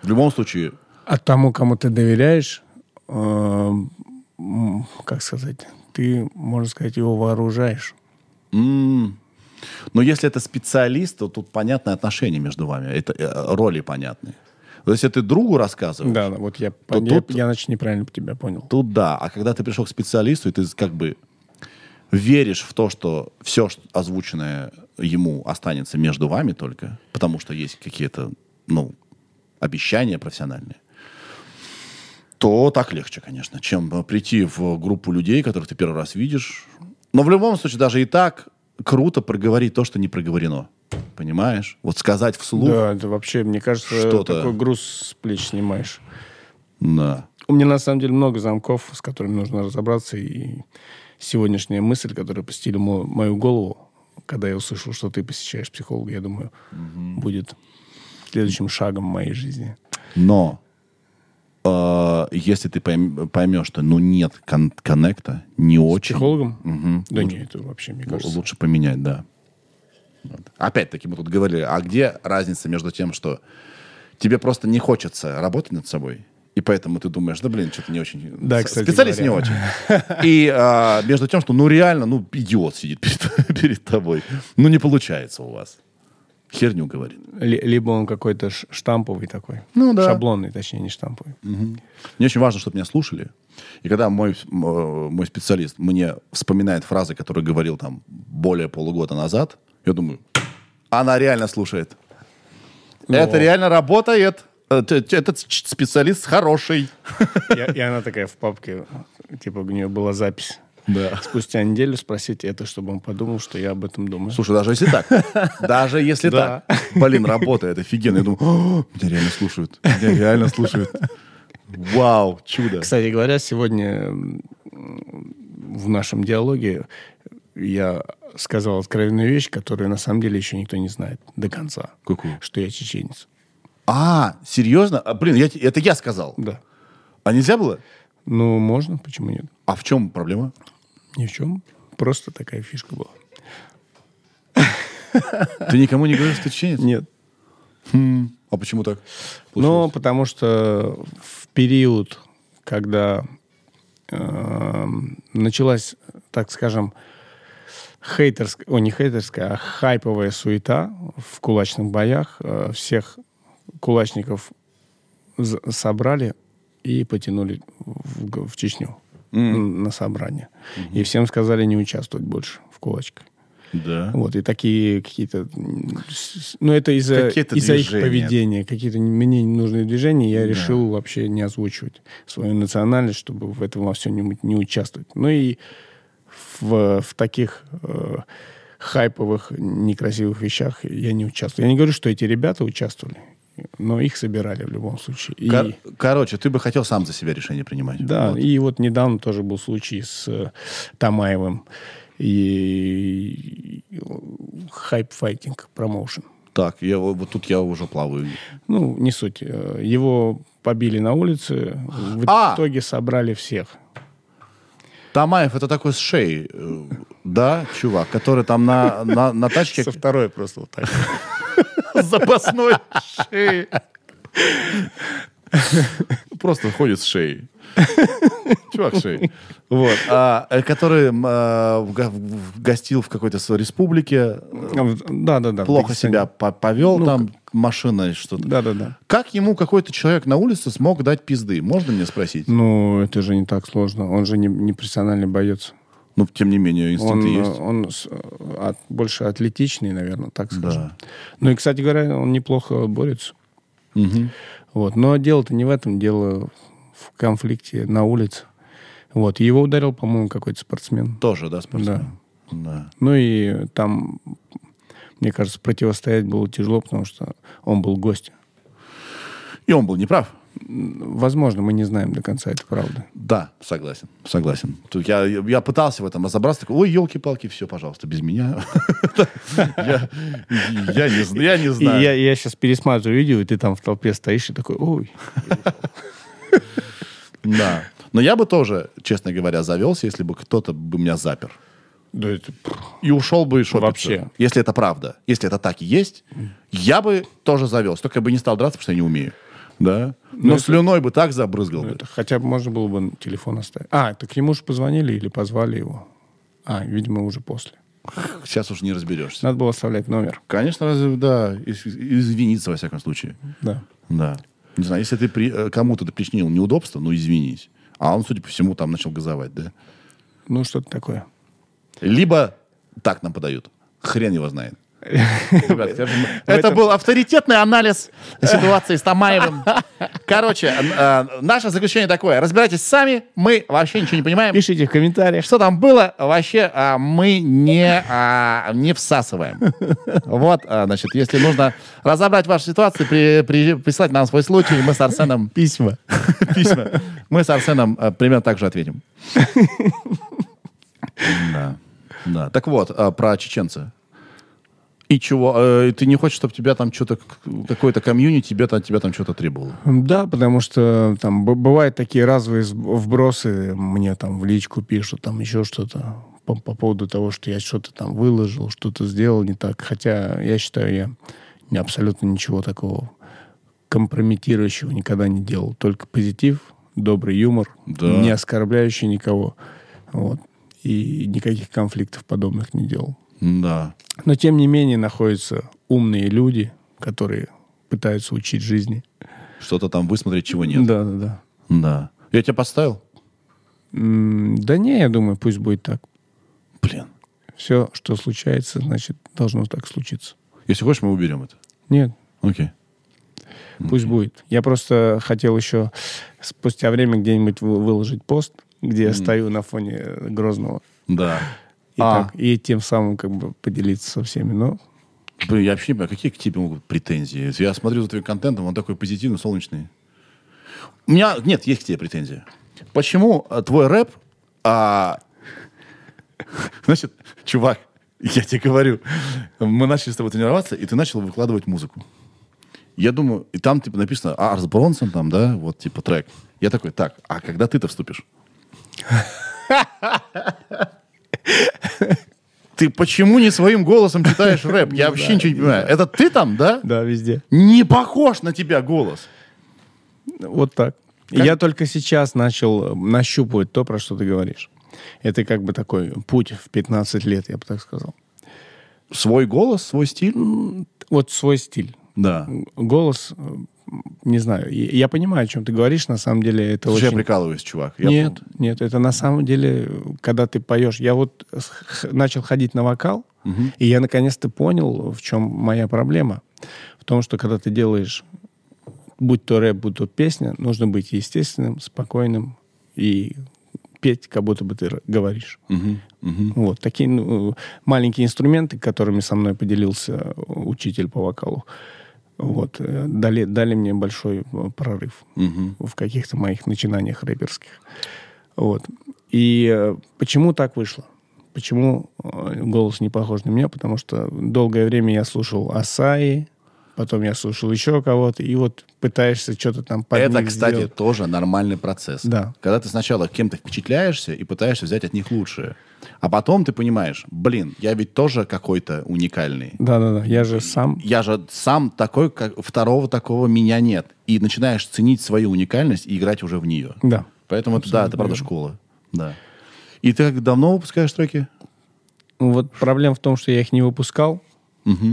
B: В любом случае,
D: А тому, кому ты доверяешь, э, м, как сказать, ты, можно сказать, его вооружаешь.
B: м, м-м, но если это специалист, то тут понятное отношение между вами. Это э, роли понятны. То есть, если ты другу рассказываешь,
D: Да, да, вот я,
B: То
D: я,
B: тут-
D: я, значит, неправильно тебя понял.
B: тут да. А когда ты пришел к специалисту, и ты как бы веришь в то, что все озвученное ему останется между вами только, потому что есть какие-то, ну, обещания профессиональные, то так легче, конечно, чем э, прийти в группу людей, которых ты первый раз видишь. Но в любом случае, даже и так круто проговорить то, что не проговорено. Понимаешь? Вот сказать вслух.
D: Да, это вообще, мне кажется,
B: Что-то.
D: такой груз с плеч снимаешь.
B: Да.
D: У меня, на самом деле, много замков, с которыми нужно разобраться. И сегодняшняя мысль, которая посетила мо- мою голову, когда я услышал, что ты посещаешь психолога, я думаю, будет следующим шагом моей жизни.
B: Но э, если ты поймешь, что ну нет кон- коннекта, не очень.
D: Психологом?
B: Мгм. Ну,
D: Да нет, это вообще, мне
B: Л-
D: кажется.
B: Лучше поменять, да. Вот. Опять-таки мы тут говорили, а где разница между тем, что тебе просто не хочется работать над собой, и поэтому ты думаешь, да блин, что-то не очень...
D: Да,
B: С-
D: кстати
B: Специалист
D: говоря.
B: не очень. И а, между тем, что ну реально, ну идиот сидит перед, перед тобой. Ну не получается у вас. Херню говорит.
D: Ли- Либо он какой-то ш- штамповый такой.
B: Ну да.
D: Шаблонный, точнее, не штамповый.
B: Мне очень важно, чтобы меня слушали. И когда мой, м, э, мой специалист мне вспоминает фразы, которые говорил там более полугода назад, я думаю, она реально слушает. Это реально работает. Э, т- т- Этот ч- специалист хороший.
D: Я- И она такая в папке, типа, у нее была запись.
B: Да.
D: Спустя неделю спросить это, чтобы он подумал, что я об этом думаю.
B: Слушай, даже если так. Даже если
D: Да.
B: так. Блин, работает офигенно. Я думаю, «О, меня реально слушают. Меня реально слушают. Вау, чудо.
D: Кстати говоря, сегодня м, в нашем диалоге я сказал откровенную вещь, которую на самом деле еще никто не знает до конца.
B: Какую?
D: Что я чеченец.
B: А, серьезно? А, блин, я те- это я сказал.
D: Да.
B: А нельзя было?
D: Ну, можно, почему нет?
B: А в чем проблема?
D: Ни в чем. Просто такая фишка была.
B: Ты никому не говоришь, что ты чеченец?
D: Нет.
B: А почему так?
D: Ну,
B: получилось?
D: потому что в период, когда эм, началась, так скажем, хейтерская, о, не хейтерская, а хайповая суета в кулачных боях, э, всех кулачников з- собрали и потянули в, г- в Чечню м, на собрание. И всем сказали не участвовать больше в кулачках.
B: да.
D: Вот, и такие какие-то... м, с- с- Ну, это из-за
B: Какие-то
D: из-за их
B: движения.
D: поведения. Какие-то не- мне ненужные движения я решил вообще не озвучивать свою национальность, чтобы в этом во всем не участвовать. Ну и в, в таких э, хайповых, некрасивых вещах я не участвую. Я не говорю, что эти ребята участвовали, но их собирали в любом случае. И-
B: Кор- короче, ты бы хотел сам за себя решение принимать.
D: да,
B: Вот.
D: и вот недавно тоже был случай с э, Тамаевым и э, хайп файтинг промоушен.
B: Так, я, вот вот тут я уже плаваю.
D: Ну, не суть. Э, Его побили на улице, в
B: А!
D: итоге собрали всех.
B: Тамаев это такой с шеей. э, Да, чувак, который там на, на, на тачке
D: второй просто вот так.
B: с запасной шеей. Просто ходит с шеей. Чувак с шеей. Вот. А, э, который м, э, в га- в- гостил в какой-то своей республике, э,
D: Ну, Да, да, да.
B: плохо себя по- повел, там машина что-то.
D: Да, да, да.
B: Как ему какой-то человек на улице смог дать пизды? Можно мне спросить?
D: Ну, это же не так сложно. Он же не, не профессиональный боец.
B: Ну, тем не менее,
D: Он,
B: инстинкты
D: э,
B: есть.
D: он с- э, от- больше атлетичный, наверное, так скажем.
B: Да.
D: Ну и, кстати говоря, он неплохо борется.
B: Мгм.
D: Вот. Но дело-то не в этом, дело в конфликте на улице. Вот. Его ударил, по-моему, какой-то спортсмен.
B: Тоже, да, спортсмен? Да.
D: Ну и там, мне кажется, противостоять было тяжело, потому что он был гость.
B: И он был неправ.
D: Возможно, мы не знаем до конца, это правда.
B: Да, согласен, согласен. Тут я, я пытался в этом разобраться, такой, ой, елки-палки, все, пожалуйста, без меня. Я я не зн- я не
D: И я,
B: знаю.
D: я сейчас пересматриваю видео, и ты там в толпе стоишь и такой, ой.
B: Да. Но я бы тоже, честно говоря, завелся, если бы кто-то бы меня запер.
D: Да это...
B: И ушел бы и шопиться.
D: Вообще.
B: Если это правда. Если это так и есть, я бы тоже завелся. Только я бы не стал драться, потому что я не умею. Да? Но слюной бы так забрызгал бы.
D: хотя бы можно было бы телефон оставить. А, так ему же позвонили или позвали его. А, видимо, уже после.
B: Сейчас уж не разберешься.
D: Надо было оставлять номер.
B: Конечно, разве- да, из- извиниться во всяком случае.
D: Да.
B: Да. Не знаю, если ты при- э, кому-то ты причинил неудобство, ну извинись. А он, судя по всему, там начал газовать, да?
D: Ну, что-то такое.
B: Либо так нам подают. Хрен его знает. Ребят, я же-
D: этом-
B: Это был авторитетный анализ ситуации с Тамаевым. Короче, э, э, наше заключение такое. Разбирайтесь сами, мы вообще ничего не понимаем.
D: Пишите в комментариях.
B: Что там было, вообще а, мы не, а, не всасываем. Вот, а, значит, если нужно разобрать вашу ситуацию, при- при- присылать нам свой случай, мы с Арсеном... Письма. Письма. Мы с Арсеном а, примерно так же ответим. Да. Да. Так вот, а, про чеченца. И чего? э, Ты не хочешь, чтобы тебя там что-то, к- какое-то комьюнити тебя, там- тебя там что-то требовало?
D: Да, потому что там б- бывают такие разовые сб- вбросы, мне там в личку пишут, там еще что-то по, по поводу того, что я что-то там выложил, что-то сделал не так. Хотя я считаю, я ни- абсолютно ничего такого компрометирующего никогда не делал. Только позитив, добрый юмор,
B: Да.
D: не оскорбляющий никого. Вот. И никаких конфликтов подобных не делал.
B: Да.
D: Но тем не менее находятся умные люди, которые пытаются учить жизни.
B: Что-то там высмотреть, чего нет.
D: Да, да, да.
B: Да. Я тебя подставил?
D: М, Да не, я думаю, пусть будет так.
B: Блин.
D: Все, что случается, значит, должно так случиться.
B: Если хочешь, мы уберем это.
D: Нет,
B: Окей.
D: пусть будет. Я просто хотел еще спустя время где-нибудь вы- выложить пост, где я стою на фоне э, Грозного.
B: Да.
D: И,
B: А.
D: так- и тем самым как бы поделиться со всеми. Но
B: Блин, я вообще не понимаю, какие к тебе могут быть претензии. Я смотрю за твоим контентом, он такой позитивный, солнечный. У меня нет, есть к тебе претензии. Почему а, твой рэп... а, Значит, чувак, я тебе говорю, мы начали с тобой тренироваться, и ты начал а, выкладывать музыку. Я думаю, и там типа написано Арс Бронсон, там, да, вот типа трек. Я такой, так, а когда ты-то вступишь? Ты почему не своим голосом читаешь рэп? Я вообще ничего не понимаю. Это ты там, Ну да?
D: Да, везде.
B: Не похож на тебя голос.
D: Вот так. Я только сейчас начал э, нащупывать то, про что ты говоришь. Это как бы такой путь в 15 лет, я бы так сказал.
B: Свой голос, свой стиль?
D: Вот свой стиль.
B: Да.
D: Голос, э, не знаю, и- я понимаю, о чем ты говоришь, на самом деле это
B: Слушай, я
D: очень...
B: прикалываюсь, чувак. Я
D: Нет, нет, это на самом деле, э, когда ты поешь. Я вот с- х- начал ходить на вокал, и я наконец-то понял, в чем моя проблема. В том, что когда ты делаешь, будь то рэп, будь то песня, нужно быть естественным, спокойным и петь, как будто бы ты р- говоришь. Вот такие ну, маленькие инструменты, которыми со мной поделился э, учитель по вокалу. Вот, э, дали, дали мне большой э, прорыв в каких-то моих начинаниях рэперских. Вот. И э, почему так вышло? Почему э, голос не похож на меня? Потому что долгое время я слушал Асаи, потом я слушал еще кого-то, и вот пытаешься что-то там под
B: Это,
D: них
B: кстати,
D: сделать.
B: тоже нормальный процесс.
D: Да.
B: Когда ты сначала кем-то впечатляешься и пытаешься взять от них лучшее. А потом ты понимаешь, блин, я ведь тоже какой-то уникальный.
D: Да-да-да, я же сам...
B: Я же сам такой, как второго такого меня нет. И начинаешь ценить свою уникальность и играть уже в нее.
D: Да.
B: Поэтому это, да, это правда школа. Да. И ты как давно выпускаешь треки?
D: Ну, Вот проблема в том, что я их не выпускал.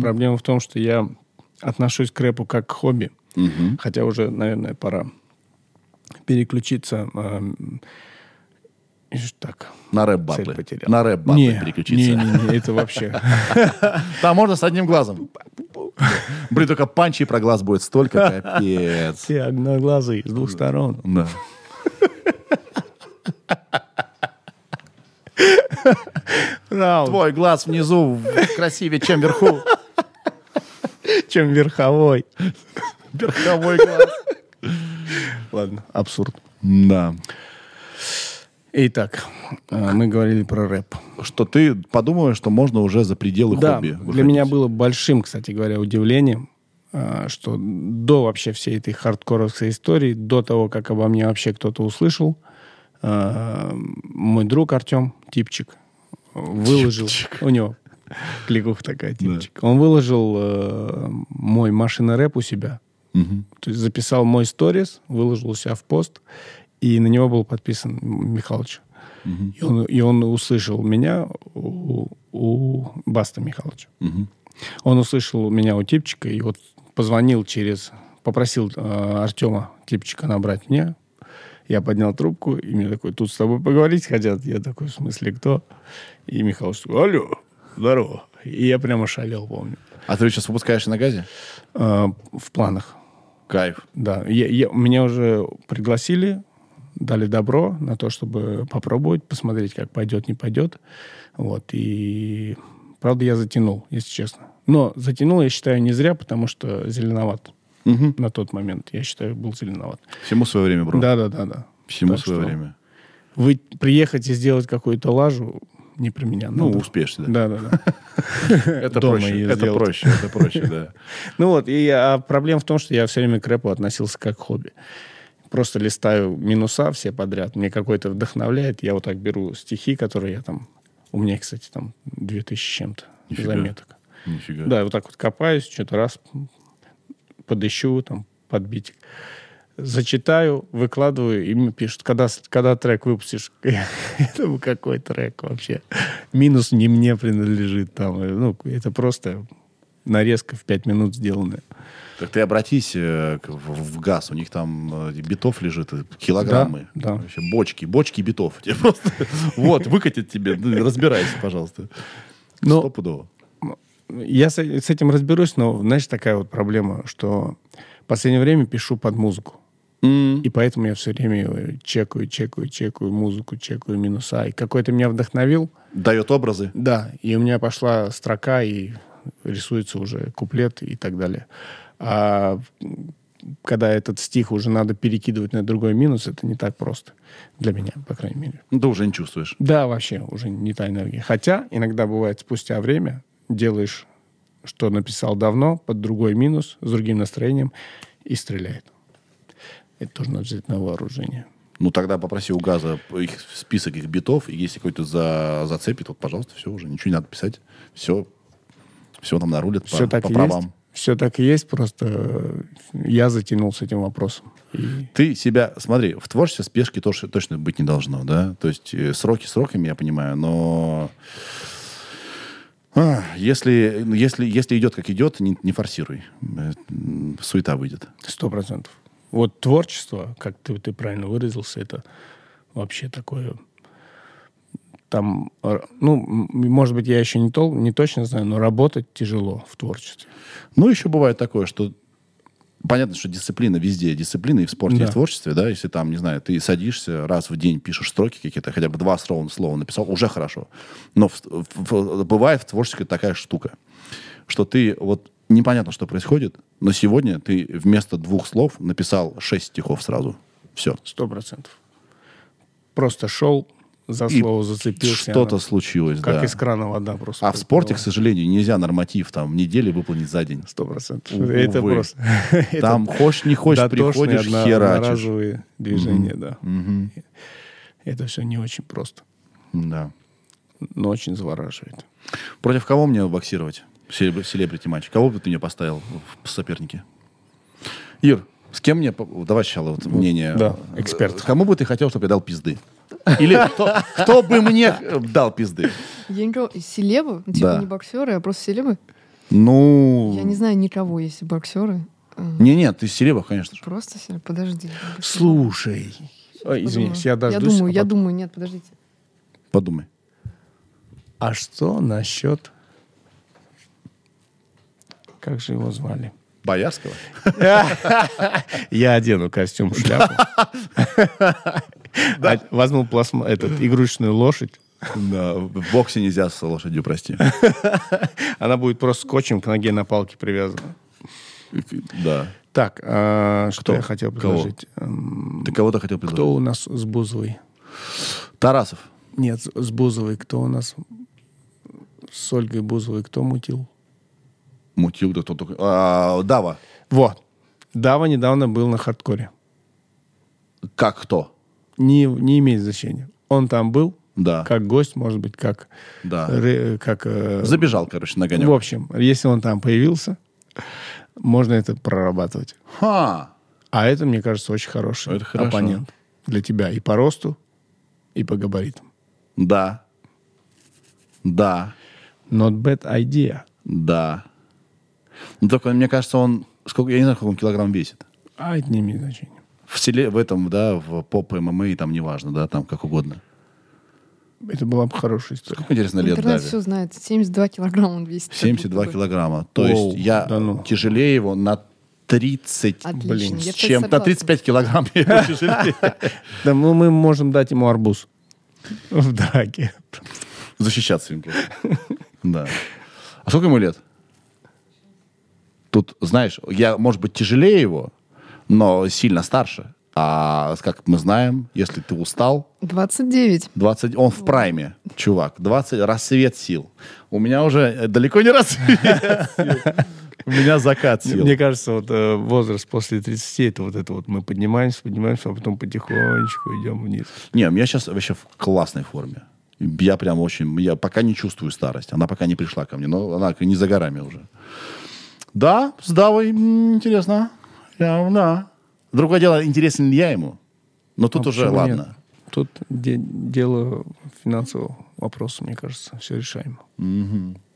D: Проблема в том, что я отношусь к рэпу как к хобби. Хотя уже, наверное, пора переключиться. эм, и ж так.
B: На рэп
D: Цель
B: батлы.
D: потерял.
B: На рэп батлы
D: Не,
B: переключиться.
D: Не, не, не, это вообще.
B: Там можно с одним глазом. Блин, только панчи про глаз будет столько, капец.
D: Все одноглазые с двух сторон.
B: Да.
D: Раунд.
B: Твой глаз внизу в- красивее, чем вверху.
D: Чем верховой.
B: Верховой глаз.
D: Ладно, абсурд.
B: Да.
D: Итак, э, мы говорили про рэп.
B: Что ты подумаешь, что можно уже за пределы
D: Да,
B: хобби
D: для
B: выходить.
D: меня было большим, кстати говоря, удивлением, а, что до вообще всей этой хардкоровской истории, до того, как обо мне вообще кто-то услышал, а, мой друг Артем Типчик выложил... У него кликуха такая, Типчик. Он выложил э, мой машина-рэп у себя. То есть записал мой сторис, выложил у себя в пост, и на него был подписан Михалыч. И, он, и он услышал меня у, у Баста Михалыча. Он услышал меня у Типчика и вот позвонил через... Попросил э, Артема Типчика набрать меня. Я поднял трубку, и мне такой, тут с тобой поговорить хотят. Я такой, в смысле, кто? И Михалыч такой, алло, здорово. И я прямо шалел, помню.
B: А ты сейчас выпускаешь на газе?
D: Э, в планах.
B: Кайф.
D: Да, я, я- меня уже пригласили, дали добро на то, чтобы попробовать, посмотреть, как пойдет, не пойдет. Вот, и правда, я затянул, если честно. Но затянул, я считаю, не зря, потому что зеленоват. На тот момент, я считаю, был зеленоват.
B: Всему свое время, бро.
D: Да, да, да, да.
B: Всему
D: Так
B: свое
D: что
B: время.
D: Вы приехать и сделать какую-то лажу не про меня.
B: Ну,
D: надо.
B: успеешь, да.
D: Да, да, да.
B: Это
D: дома
B: проще.
D: её
B: Это
D: сделать.
B: проще, это проще, да.
D: Ну вот, и а проблема в том, что я все время к рэпу относился как к хобби. Просто листаю минуса все подряд. Мне какой-то вдохновляет. Я вот так беру стихи, которые я там... У меня, кстати, там 2000 с чем-то
B: Нифига.
D: заметок.
B: Нифига.
D: Да, я вот так вот копаюсь, что-то раз подыщу, там, подбитик. Зачитаю, выкладываю, и мне пишут, когда, с- когда трек выпустишь. Я думаю, какой трек вообще? Минус не мне принадлежит. Там. Ну, это просто нарезка в пять минут сделанная.
B: Так ты обратись э, к- в, в ГАЗ, у них там э, битов лежит, э, килограммы.
D: Да, да.
B: Вообще бочки, бочки битов. Тебе просто вот, выкатят тебе, Ну, разбирайся, пожалуйста.
D: Но-
B: Стопудово.
D: Я с, с этим разберусь, но, знаешь, такая вот проблема, что в последнее время пишу под музыку. И поэтому я все время э, чекаю, чекаю, чекаю музыку, чекаю минуса. И какой-то меня вдохновил.
B: Дает образы.
D: Да, и у меня пошла строка, и рисуется уже куплет и так далее. А м, когда этот стих уже надо перекидывать на другой минус, это не так просто. Для меня, по крайней мере.
B: Ну, ты уже не чувствуешь.
D: Да, вообще уже не та энергия. Хотя иногда бывает спустя время делаешь, что написал давно, под другой минус, с другим настроением, и стреляет. Это тоже надо взять на вооружение.
B: Ну, тогда попроси у газа их, список их битов, и если какой-то за, зацепит, вот, пожалуйста, все уже, ничего не надо писать. Все, все нам нарулят
D: Все
B: по,
D: так
B: по
D: и
B: правам.
D: есть. Все так и есть, просто э, я затянул с этим вопросом. И
B: Ты себя, смотри, в творчестве спешки тоже точно быть не должно, да? То есть э, сроки сроками, я понимаю, но а, если, если, если идет как идет, не, не форсируй. Э, м, Суета выйдет.
D: Сто процентов. Вот творчество, как ты, ты правильно выразился, это вообще такое... Там, э, ну, м- может быть, я еще не, тол- не точно знаю, но работать тяжело в творчестве.
B: Ну, еще бывает такое, что понятно, что дисциплина везде, дисциплина и в спорте, и
D: Да.
B: в творчестве, да, если там, не знаю, ты садишься раз в день, пишешь строки какие-то, хотя бы два слова, слова написал, уже хорошо. Но в- в- в- бывает в творчестве такая штука, что ты вот непонятно, что происходит, но сегодня ты вместо двух слов написал шесть стихов сразу. Все.
D: Сто процентов. Просто шел, за
B: И
D: слово зацепился.
B: Что-то
D: оно
B: случилось,
D: Как
B: да.
D: из крана вода просто.
B: А в спорте, к
D: потекла.
B: сожалению, нельзя норматив там недели выполнить за день.
D: Сто процентов.
B: Увы.
D: Это просто... это
B: Там хочешь не хочешь,
D: дотошные,
B: приходишь,
D: одно-
B: херачишь.
D: одноразовые движения, да. Это все не очень просто,
B: Да.
D: но очень завораживает.
B: Против кого мне боксировать? Селеб- Селебрити матч. Кого бы ты мне поставил в сопернике? Ир, с кем мне... по- Давай сначала вот мнение.
D: да,
B: Э,
D: эксперт.
B: Кому бы ты хотел, чтобы я дал пизды? Или кто, кто бы мне э, дал пизды?
E: Я не говорю, селебы? Ну, Типа
B: Да.
E: не боксеры, а просто селебы? Я
B: Ну...
E: не знаю никого, если боксеры. А,
B: Не-не, ты Селеба, конечно же.
E: Просто селеб. Подожди. я
D: Слушай. Ой,
E: подумаю.
D: извиняюсь, я дождусь.
E: Я думаю,
D: а
E: я
D: потом-
E: думаю. Нет, подождите.
B: Подумай.
D: А что насчет... Как же его звали?
B: Боярского?
D: Я одену костюм, шляпу. А, Возьму пластма, этот, игрушечную лошадь.
B: Да, в боксе нельзя с лошадью, прости.
D: Она будет просто скотчем к ноге на палке привязана.
B: Да.
D: Так, а, что
B: Кто?
D: я хотел
B: Кого?
D: предложить? Эм,
B: Ты кого-то хотел
D: Кто
B: предложить?
D: у нас с Бузовой?
B: Тарасов.
D: Нет, с- с Бузовой кто у нас? С Ольгой Бузовой кто мутил?
B: Мутил, да кто только... А, Дава.
D: Вот. Дава недавно был на хардкоре.
B: Как кто?
D: Не, не имеет значения. Он там был,
B: Да.
D: как гость, может быть, как...
B: Да.
D: ре- как э,
B: Забежал, короче, на
D: в
B: гонек.
D: общем, если он там появился, можно это прорабатывать.
B: Ха!
D: А это, мне кажется, очень хороший
B: Это хорошо.
D: оппонент для тебя и по росту, и по габаритам.
B: Да. Да.
D: Not bad idea.
B: Да. Ну, только, мне кажется, он... Сколько, я не знаю, сколько он килограмм весит.
D: А это не имеет значения.
B: В селе, в этом, да, в поп ММА, там неважно, да, там как угодно.
D: Это была бы хорошая история.
B: Сколько, интересно, лет
E: Интернет
B: Даве?
E: все знает. 72 килограмма он весит. как
B: 72
E: будто бы.
B: килограмма. То
D: Оу,
B: есть я
D: да ну.
B: тяжелее его на 30,
E: Отлично,
B: блин,
E: я,
B: с
E: кстати,
B: чем? На
E: согласна.
B: 35 килограмм я его тяжелее.
D: Да, мы, мы можем дать ему арбуз в драке.
B: Защищаться им просто. Да. А сколько ему лет? Тут, знаешь, я, может быть, тяжелее его, но сильно старше. А как мы знаем, если ты устал,
E: 29.
B: 20, он в прайме, чувак. 20, рассвет сил. У меня уже э, далеко не рассвет сил. У меня закат сил.
D: Мне кажется, вот э, возраст после 30 это вот это вот мы поднимаемся, поднимаемся, а потом потихонечку идем вниз.
B: Не, у меня сейчас вообще в классной форме. Я прям очень... Я пока не чувствую старость. Она пока не пришла ко мне. Но она не за горами уже. Да, с Давой м, интересно. Прям, да. Другое дело, интересен ли я ему? Но тут
D: А
B: уже
D: почему
B: ладно.
D: нет? Тут де- дело финансового вопроса, мне кажется, все решаемо.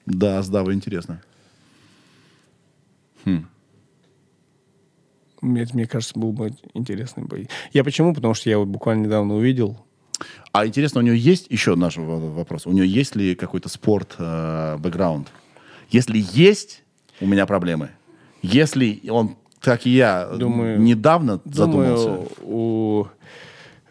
B: Да, с Давой интересно.
D: Мне, это, мне кажется, был бы интересный бой. Я почему? Потому что я вот буквально недавно увидел.
B: А интересно, у него есть... Еще наш в- в- вопрос. У него есть ли какой-то спорт, э, бэкграунд? Если есть, у меня проблемы. Если он, как и я,
D: Думаю-
B: недавно задумался...
D: Думаю, у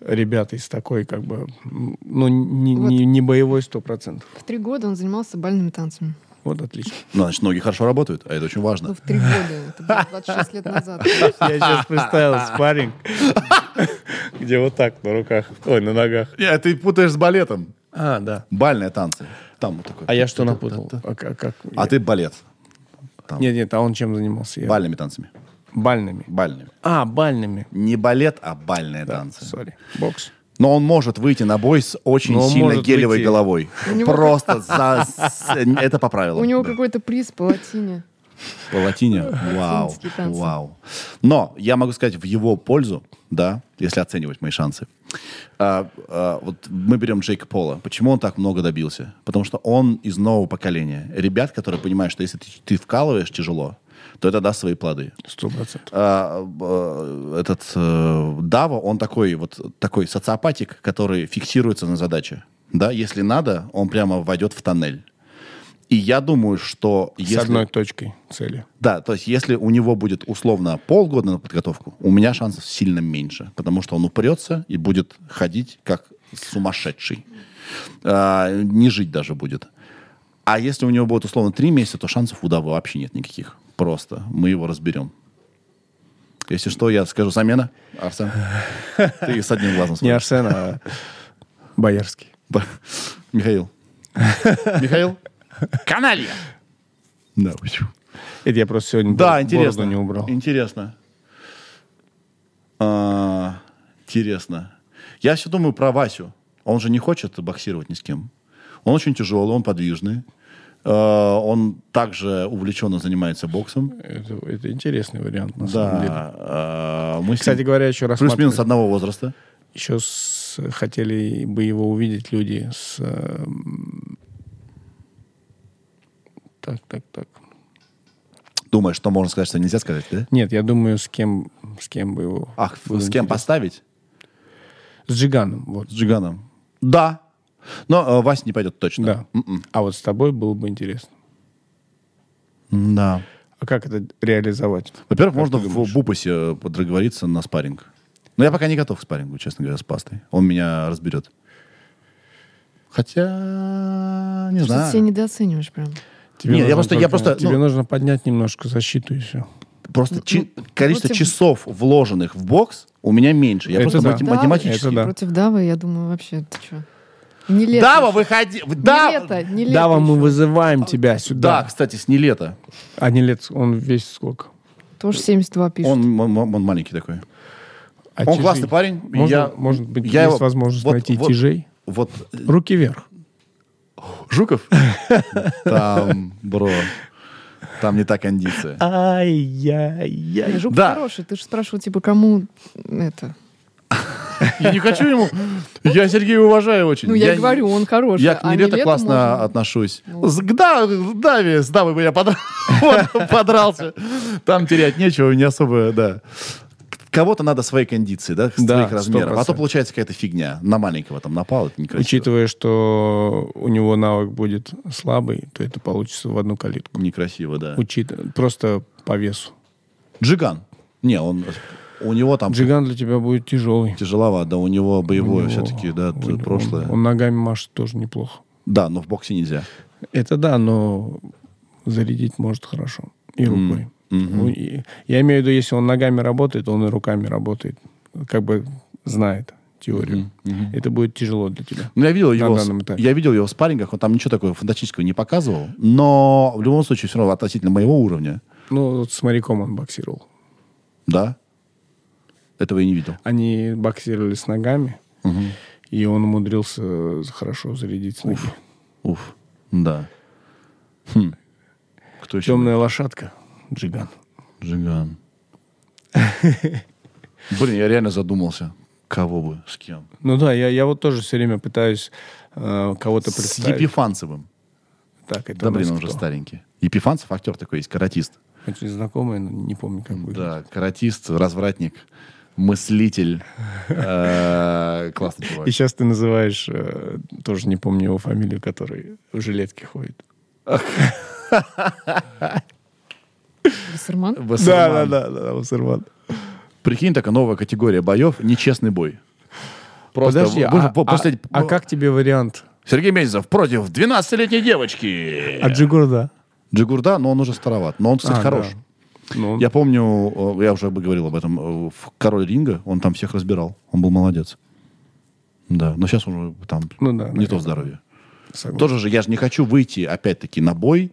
D: ребят из такой, как бы, м, ну, не,
E: Вот.
D: не, не боевой 100%.
E: В три года он занимался бальными танцами.
D: Вот отлично.
B: Ну, значит, ноги хорошо работают, а это очень важно.
E: Ну, в три года. Это было 26 лет назад.
D: Я сейчас представил спарринг, где вот так на руках, ой, на ногах.
B: Нет, ты путаешь с балетом.
D: А, да.
B: Бальные танцы. Там вот такой.
D: А я что напутал? А, как- как-
B: А ты балет.
D: Нет, нет, а он чем занимался? Я-
B: Бальными танцами.
D: Бальными.
B: Бальными.
D: А, бальными.
B: Не балет, а бальные танцы.
D: Сори. Бокс.
B: Но он может выйти на бой с очень
D: Но он
B: сильно
D: может
B: гелевой
D: выйти.
B: головой.
E: У него-
B: Просто за... с- Это по правилам.
E: У него
B: да.
E: какой-то приз по латине.
B: По латине? Вау,
E: Латинские танцы.
B: вау. Но я могу сказать в его пользу, да, если оценивать мои шансы. А, а, вот мы берем Джейка Пола. Почему он так много добился? Потому что он из нового поколения. Ребят, которые понимают, что если ты, ты вкалываешь тяжело, то это даст свои плоды.
D: Сто процентов.
B: А, э, этот э, Дава, он такой вот такой социопатик, который фиксируется на задаче. Да, если надо, он прямо войдет в тоннель. И я думаю, что
D: С
B: если...
D: одной точкой цели.
B: Да, то есть если у него будет условно полгода на подготовку, у меня шансов сильно меньше, потому что он упрется и будет ходить как сумасшедший. А, не жить даже будет. А если у него будет условно три месяца, то шансов у Давы вообще нет никаких. Просто мы его разберем. Если что, я скажу замена, Арсен. Ты с одним глазом
D: Не
B: смотришь.
D: Арсен, а Боярский.
B: Б- Михаил. Михаил? Каналья. Да, почему?
D: Это я просто сегодня
B: Да,
D: бор-
B: интересно.
D: бороду не убрал.
B: Интересно. А, интересно. Я все думаю про Васю. Он же не хочет боксировать ни с кем. Он очень тяжелый, он подвижный. А, он также увлеченно занимается боксом.
D: Это, это интересный вариант, на самом деле.
B: Да. А, мы с
D: Кстати
B: ним
D: говоря, еще раз
B: плюс-минус одного возраста.
D: еще с- хотели бы его увидеть люди с... э, м, Так, так, так.
B: Думаешь, что можно сказать, что нельзя сказать, да?
D: Нет, я думаю, с кем, с кем бы его...
B: Ах, с
D: было
B: кем
D: Ну, интересно.
B: поставить?
D: С Джиганом, вот.
B: С Джиганом. Да. Но э, Вася не пойдет точно.
D: Да.
B: М-м.
D: А вот с тобой было бы интересно.
B: Да.
D: А как это реализовать?
B: Во-первых,
D: Как
B: можно
D: ты
B: в
D: думаешь?
B: Бупасе подоговориться на спарринг. Но я пока не готов к спаррингу, честно говоря, с пастой. Он меня разберет. Хотя, не
E: Что ты себя
B: знаю.
E: недооцениваешь прям.
D: Тебе
B: Нет,
D: нужно
B: я просто- я
D: только-
B: просто,
D: Тебе
B: ну-
D: нужно поднять немножко защиту и все.
B: Просто чи- количество
E: ну, тем-
B: часов, вложенных в бокс, у меня меньше. Я
D: Это
B: просто
D: да.
B: мати-
D: Да,
B: математически.
D: это да.
E: Против Давы, я думаю, вообще, ты что? Не лето.
B: Дава, выходи. В-
E: Не
B: Да,
E: лето, не лето.
D: Дава, мы
E: ещё.
D: вызываем тебя сюда.
B: да, кстати, с не лето.
D: А не лет, он весь сколько?
E: Тоже 72 пишет.
B: Он, м- м- он маленький такой.
D: А
B: Он
D: Тижей?
B: классный парень. и
D: Можно,
B: я-
D: может быть,
B: я
D: есть
B: его-
D: возможность
B: вот-
D: найти
B: вот-
D: тяжей?
B: Вот э,
D: Руки вверх.
B: Жуков? Там, бро. Там не та кондиция.
D: Ай-яй-яй.
E: Жук
B: да.
E: хороший. Ты же спрашивал, типа, кому это?
B: Я не хочу ему. Я Сергея уважаю очень.
E: Ну, я, и говорю, он хороший.
B: Я к
E: а
B: Нилето
E: Нилетто
B: классно
E: можно-
B: отношусь.
E: Ну.
B: С, к да, к Даве, с Давой бы я подра- вот, подрался. Там терять нечего, не особо, да. К- Кого-то надо своей кондиции, да,
D: Да,
B: своих размеров. А то
D: 100%.
B: получается какая-то фигня. На маленького там напал, это некрасиво.
D: Учитывая, что у него навык будет слабый, то это получится в одну калитку.
B: Некрасиво, да.
D: Учит... Просто по весу.
B: Джиган. Не, он... У него там
D: Джиган для тебя будет тяжелый.
B: тяжеловато, да, у него боевое
D: него-
B: все-таки, да,
D: у него-
B: прошлое.
D: Ну, Он, ногами машет тоже неплохо.
B: Да, но в боксе нельзя.
D: Это да, но зарядить может хорошо. И рукой. Ну, и- Я имею в виду, если он ногами работает, он и руками работает. Как бы знает теорию. Это будет тяжело для тебя.
B: Ну, я видел
D: На
B: его, с-
D: данном этапе.
B: я видел его в спаррингах, он там ничего такого фантастического не показывал, но в любом случае все равно относительно моего уровня,
D: Ну, вот с моряком он боксировал.
B: да, этого я не видел.
D: Они боксировали с ногами, и он умудрился э, хорошо зарядить с ноги.
B: Уф, да. Хм. Кто еще?
D: Темная лошадка. Джиган.
B: Джиган. Блин, я реально задумался, кого бы, с кем.
D: Ну да, я, я вот тоже все время пытаюсь э, кого-то
B: С
D: представить.
B: Епифанцевым.
D: Так, это
B: Да
D: у нас
B: блин, он же
D: кто?
B: старенький. Епифанцев актер такой есть, каратист.
D: Очень знакомый, но не помню, как выглядит.
B: Да, каратист, развратник, мыслитель. Э, Классный чувак.
D: И сейчас ты называешь, э, тоже не помню его фамилию, который в жилетке ходит.
E: Вассерман?
B: Вассерман.
D: да, да, Вассерман.
B: Прикинь, такая новая категория боев, нечестный бой. Просто,
D: Подожди,
B: вы-
D: а,
B: вы- после-
D: а- а как тебе вариант
B: Сергей Мезенцев против 12-летней девочки.
D: от Джигурда?
B: Джигурда, но он уже староват. Но он, Э, кстати,
D: А,
B: хорош.
D: да. Ну,
B: Я помню, э, я уже бы говорил об этом, э, в «Король ринга» он там всех разбирал. Он был молодец. Да, но сейчас он уже там
D: Ну да,
B: не
D: наверное.
B: то здоровье.
D: согласен.
B: Тоже же, я же не хочу выйти, опять-таки, на бой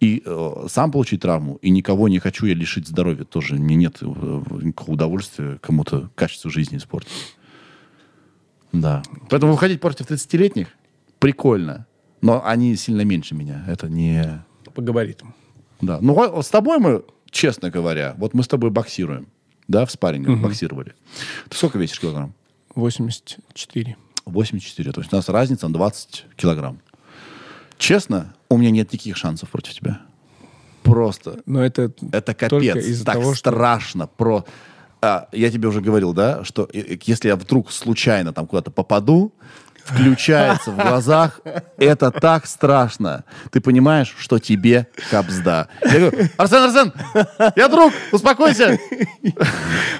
B: и э, сам получить травму, и никого не хочу я лишить здоровья тоже. Мне нет э, никакого удовольствия кому-то качество жизни испортить. Да. Поэтому выходить против 30-летних прикольно. Но они сильно меньше меня. Это не...
D: По габаритам.
B: Да. Ну, а с тобой мы, честно говоря, вот мы с тобой боксируем. Да, в спарринге боксировали. Ты сколько весишь килограмм?
D: 84.
B: 84. То есть у нас разница на 20 килограмм. Честно, у меня нет никаких шансов против тебя. Просто.
D: Но это,
B: Это
D: только
B: капец.
D: из-за
B: Так
D: того, что...
B: страшно. Про... А, я тебе уже говорил, да, что э, э, если я вдруг случайно там куда-то попаду, включается в глазах, это так страшно. Ты понимаешь, что тебе капзда. Я говорю, Арсен, Арсен, я друг, успокойся.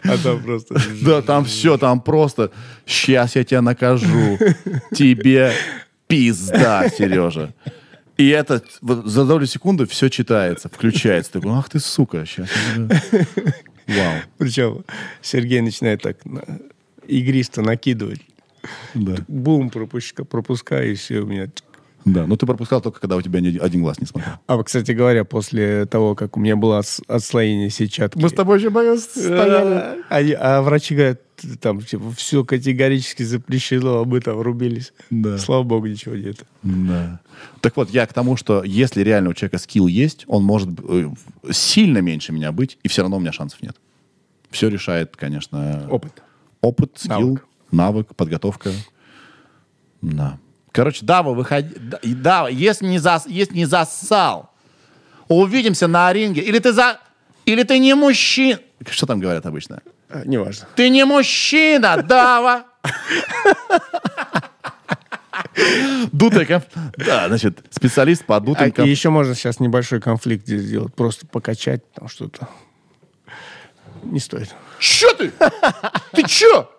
D: А там просто...
B: Да, там все, там просто. Сейчас я тебя накажу. Тебе пизда, Сережа. И это вот за долю секунды все читается, включается. Ты такой, ах ты сука, сейчас. Вау.
D: Причем Сергей начинает так на- игристо накидывать.
B: Да.
D: Бум, пропуска, пропускаю, и все у меня... тьк.
B: да. Но ты пропускал только, когда у тебя ни- один глаз не смотрел.
D: А, вот, кстати говоря, после того, как у меня было отс- отслоение сетчатки...
B: тобой еще боялись
D: А, они- а врачи говорят, там, типа, все категорически запрещено, а мы там рубились.
B: Да.
D: Слава богу, ничего нет.
B: Да. Так вот, я к тому, что если реально у человека скилл есть, он может э, сильно меньше меня быть, и все равно у меня шансов нет. Все решает, конечно...
D: Опыт.
B: Опыт, скилл, навык,
D: Навык.
B: подготовка. Да. Короче, Дава, выходи. Да- и Дава, если не, зас, если не засал, увидимся на ринге. Или ты за... Или ты не мужчина. Что там говорят обычно?
D: А, неважно.
B: Ты не мужчина, Дава. Дутый конф- Да, значит, специалист по дутым
D: А, и
B: конф-
D: еще можно сейчас небольшой конфликт здесь сделать. Просто покачать там что-то. Не стоит.
B: Чё ты? Ты чё?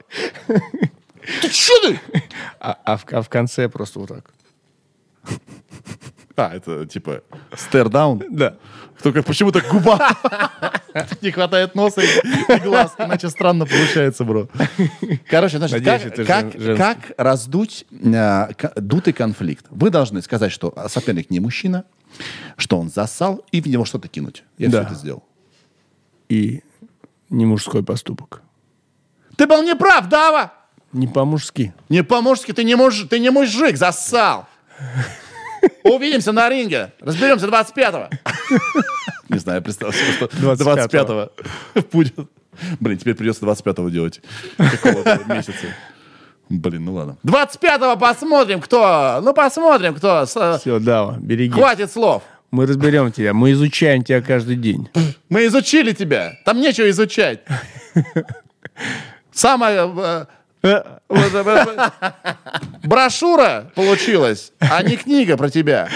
B: Ты чё ты?
D: А, а в, а в конце просто вот так.
B: А, это типа стердаун.
D: Да.
B: Только почему-то губа. Не хватает носа и и глаз. Иначе странно получается, бро. Короче, значит,
D: Надеюсь,
B: как-
D: это жен-
B: как,
D: женский.
B: как раздуть э, к- дутый конфликт? Вы должны сказать, что а, соперник не мужчина, что он засал, и в него что-то кинуть. Я
D: Да.
B: все это сделал.
D: И не мужской поступок.
B: Ты был не прав, Дава!
D: Не по-мужски.
B: Не по-мужски, ты не, муж, ты не мужик, засал! Увидимся на ринге. Разберемся 25-го. Не знаю, представил себе, что
D: 25-го.
B: 25-го будет. Блин, теперь придется 25-го делать. Какого-то месяца. Блин, ну ладно. 25-го посмотрим, кто... Ну, посмотрим, кто... С- э,
D: Все, Дава, береги.
B: Хватит слов.
D: Мы разберем тебя. Мы изучаем тебя каждый день.
B: Мы изучили тебя. Там нечего изучать. Самое... э, Вот, э, э, Брошюра получилась, а не книга про тебя.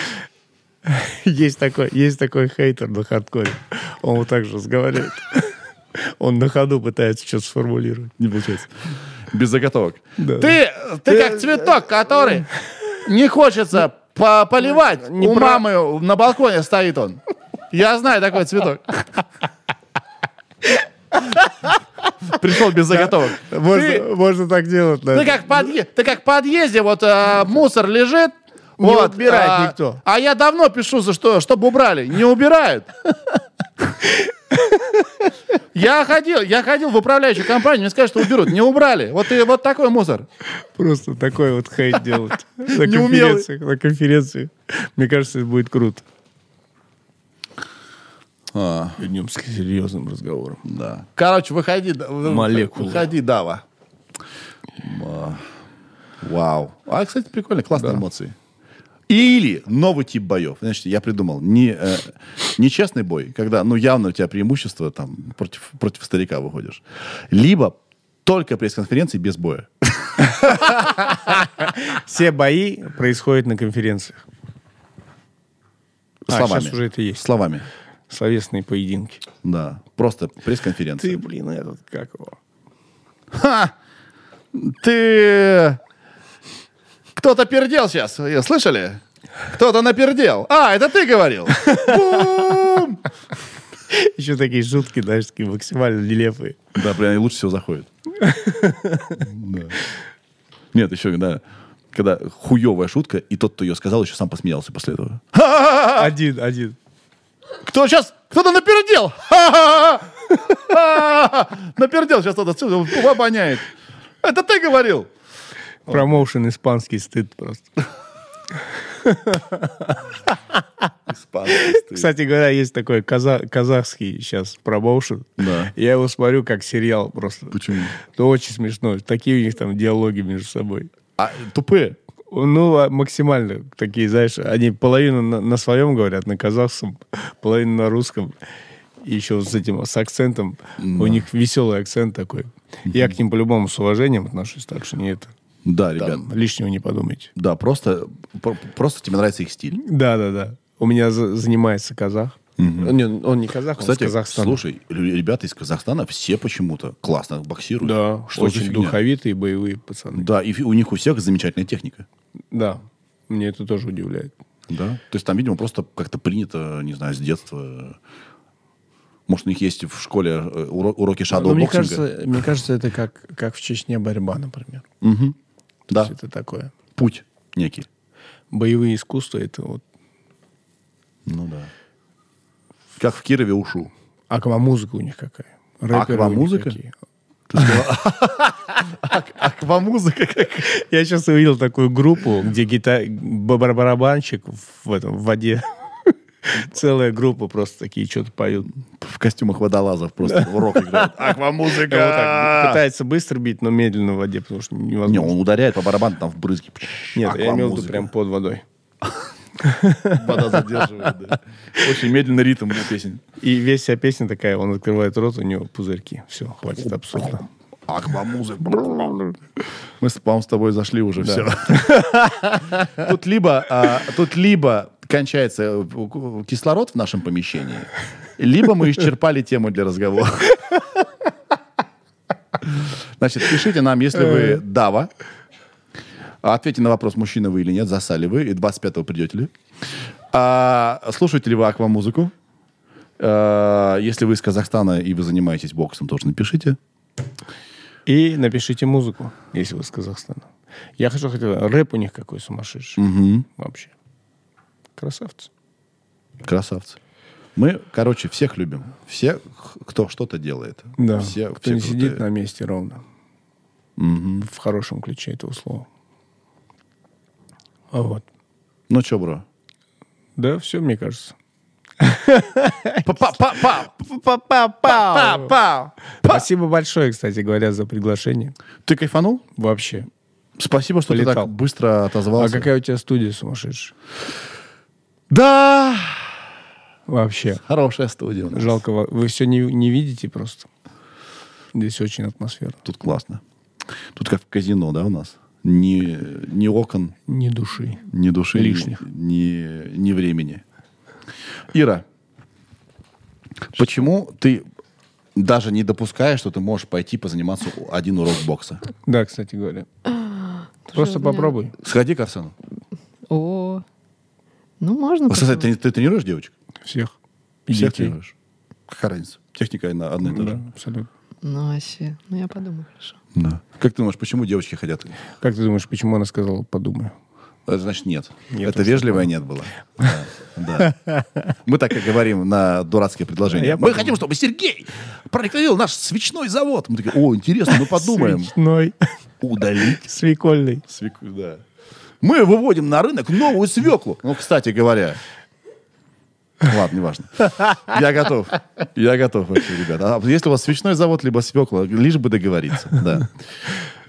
D: Есть такой, есть такой хейтер на хардкоре. Он вот так же разговаривает. Он на ходу пытается что-то сформулировать.
B: Не получается. Без заготовок.
D: Да.
B: Ты, ты как цветок, который не хочется по- поливать. У мамы на балконе стоит он. Я знаю такой цветок. Пришел без заготовок.
D: Можно,
B: Ты-
D: можно так делать, да.
B: Ты как, в подъе- ты как в подъезде, вот э, мусор лежит. вот,
D: убирает
B: а,
D: никто.
B: А я давно пишу, за что, чтобы убрали. Не убирают. Я ходил, я ходил в управляющую компанию, мне сказали, что уберут. Не убрали. Вот и вот такой мусор.
D: Просто такой вот хейт делать. На
B: Неумелый.
D: конференциях, на конференции. Мне кажется, это будет круто. Идем с серьезным разговором.
B: Да. Короче, выходи. да, вы-
D: Молекулы.
B: Выходи, Дава. Ма. Вау. А, кстати, прикольно, классные эмоции. Или новый тип боев. Значит, я придумал. Не, э, нечестный бой, когда, ну, явно у тебя преимущество там против, против старика выходишь. Либо только пресс-конференции без боя.
D: Все бои происходят на конференциях. А,
B: Словами.
D: сейчас уже это есть.
B: Словами.
D: Словесные поединки.
B: Да. Просто пресс-конференции.
D: Ты, блин, этот, как его?
B: Ха! Ты... э, Кто-то пердел сейчас, слышали? Кто-то напердел. А, это ты говорил. Бум!
D: Еще такие шутки, знаешь, такие максимально нелепые.
B: Да, прям и лучше всего заходит. Да. Нет, еще, да,
D: А.
B: когда хуевая шутка, и тот, кто ее сказал, еще сам посмеялся после этого.
D: Один, один.
B: Кто сейчас? Кто-то напердел! Ха-ха-ха! Ха-ха-ха! Напердел сейчас кто-то. Отсюда пула воняет. Это ты говорил?
D: Промоушен испанский стыд просто. Кстати говоря, есть такой каза- казахский сейчас промоушен.
B: Да.
D: Я его смотрю как сериал просто.
B: Почему?
D: Это очень смешно. Такие у них там диалоги между собой.
B: А, тупые.
D: Ну, а максимально такие, знаешь, они половину на, на своем говорят, на казахском, половину на русском. И еще с этим, с акцентом. У них веселый акцент такой. Я к ним по-любому с уважением отношусь, так что не это.
B: Да, ребят.
D: Там лишнего не подумайте.
B: Да, просто, про- просто тебе нравится их стиль.
D: Да-да-да. У меня за- занимается казах. Не, он не казах,
B: Кстати,
D: он с Казахстана.
B: слушай, лю- ребята из Казахстана все почему-то классно боксируют.
D: Да,
B: типа. что за
D: очень
B: фигня?
D: духовитые боевые пацаны.
B: Да, и фи- у них у всех замечательная техника.
D: Да, мне это тоже удивляет.
B: Да. То есть там, видимо, просто как-то принято, не знаю, с детства. Может, у них есть в школе э, уро- уроки
D: Но
B: шадоу
D: Ну, мне,
B: боксинга?
D: кажется, мне кажется, это как, как в Чечне борьба, например.
B: да,
D: То есть это такое.
B: путь некий.
D: Боевые искусства, это вот...
B: Ну да. Как в Кирове ушу.
D: Аквамузыка у них какая. Рэперы у них
B: Аквамузыка?
D: какие.
B: Аквамузыка как.
D: Я сейчас увидел такую группу, где гита... ба- барабанщик в, этом, в воде. Целая группа просто такие что-то поют.
B: В костюмах водолазов просто урок играет.
D: И вот так
B: Аквамузыка.
D: пытается быстро бить, но медленно в воде, потому что
B: Не,
D: невозможно.
B: он ударяет по барабану, там в брызги.
D: Нет, я имел в виду
B: Аквамузыка.
D: прям под водой.
B: Вода задерживает, да. Очень медленный ритм у песен.
D: И весь вся песня такая, он открывает рот, у него пузырьки. Все, хватит абсурда.
B: Аквамузыка. Мы, с- по-моему, с тобой зашли уже все. Тут либо, а, тут либо кончается э, у- у- кислород в нашем помещении, либо мы исчерпали тему для разговора. Значит, пишите нам, если вы дава. А Ответьте на вопрос, мужчина вы или нет, засали вы, и 25-го придете ли. А, слушаете ли вы аквамузыку? А, если вы из Казахстана и вы занимаетесь боксом, тоже напишите.
D: И напишите музыку, если вы из Казахстана. Я хочу хотел, рэп у них какой сумасшедший. Вообще. Красавцы.
B: Красавцы. Мы, короче, всех любим. Все, х- кто что-то делает.
D: Да.
B: Все,
D: Кто
B: все
D: не
B: крутые.
D: сидит на месте ровно. В хорошем ключе этого слова. А вот.
B: Ну чё, бро?
D: Да, все, мне кажется.
B: Па-па-па-па!
D: Спасибо большое, кстати говоря, за приглашение.
B: Ты кайфанул?
D: Вообще.
B: Спасибо, что ты
D: Полетал.
B: так быстро
D: А
B: отозвался.
D: какая у тебя студия сумасшедшая?
B: Да!
D: Вообще.
B: Хорошая студия у нас.
D: Жалко, ва- вы все не, не видите просто. Здесь очень атмосфера.
B: Тут классно. Тут как в казино, да, у нас? Ни, ни окон,
D: Не души.
B: ни души. ни-
D: Лишних.
B: Ни, ни времени. Ира, почему ты даже не допускаешь, что ты можешь пойти позаниматься один урок бокса?
D: Да, кстати говоря. Просто
E: у меня-
D: попробуй.
B: Сходи к Арсену.
E: О, ну можно.
B: Вот, Кстати, ты, ты тренируешь девочек?
D: Всех. И
B: Всех
D: детей.
B: тренируешь. Какая разница? Техника одна, одна и та
D: Да,
B: же.
D: абсолютно.
E: попробовать. Ну, вообще, ну я подумаю, хорошо.
B: Да. Как ты думаешь, почему девочки хотят?
D: Как ты думаешь, почему она сказала «подумаю»?
B: Это Э, значит нет.
D: Нет,
B: Это вежливое нет было. Да. Да. Мы так и говорим на дурацкие предложения.
D: Я
B: Мы
D: подумал.
B: хотим, чтобы Сергей прорекламировал наш свечной завод. Мы такие, о, интересно, мы подумаем.
D: Свечной.
B: Удалить.
D: Свекольный.
B: свеклу, да. Мы выводим на рынок новую свеклу. Ну, кстати говоря. Ладно, неважно. Я готов. Я готов вообще, ребята. А если у вас свечной завод, либо свекла, лишь бы договориться. Да.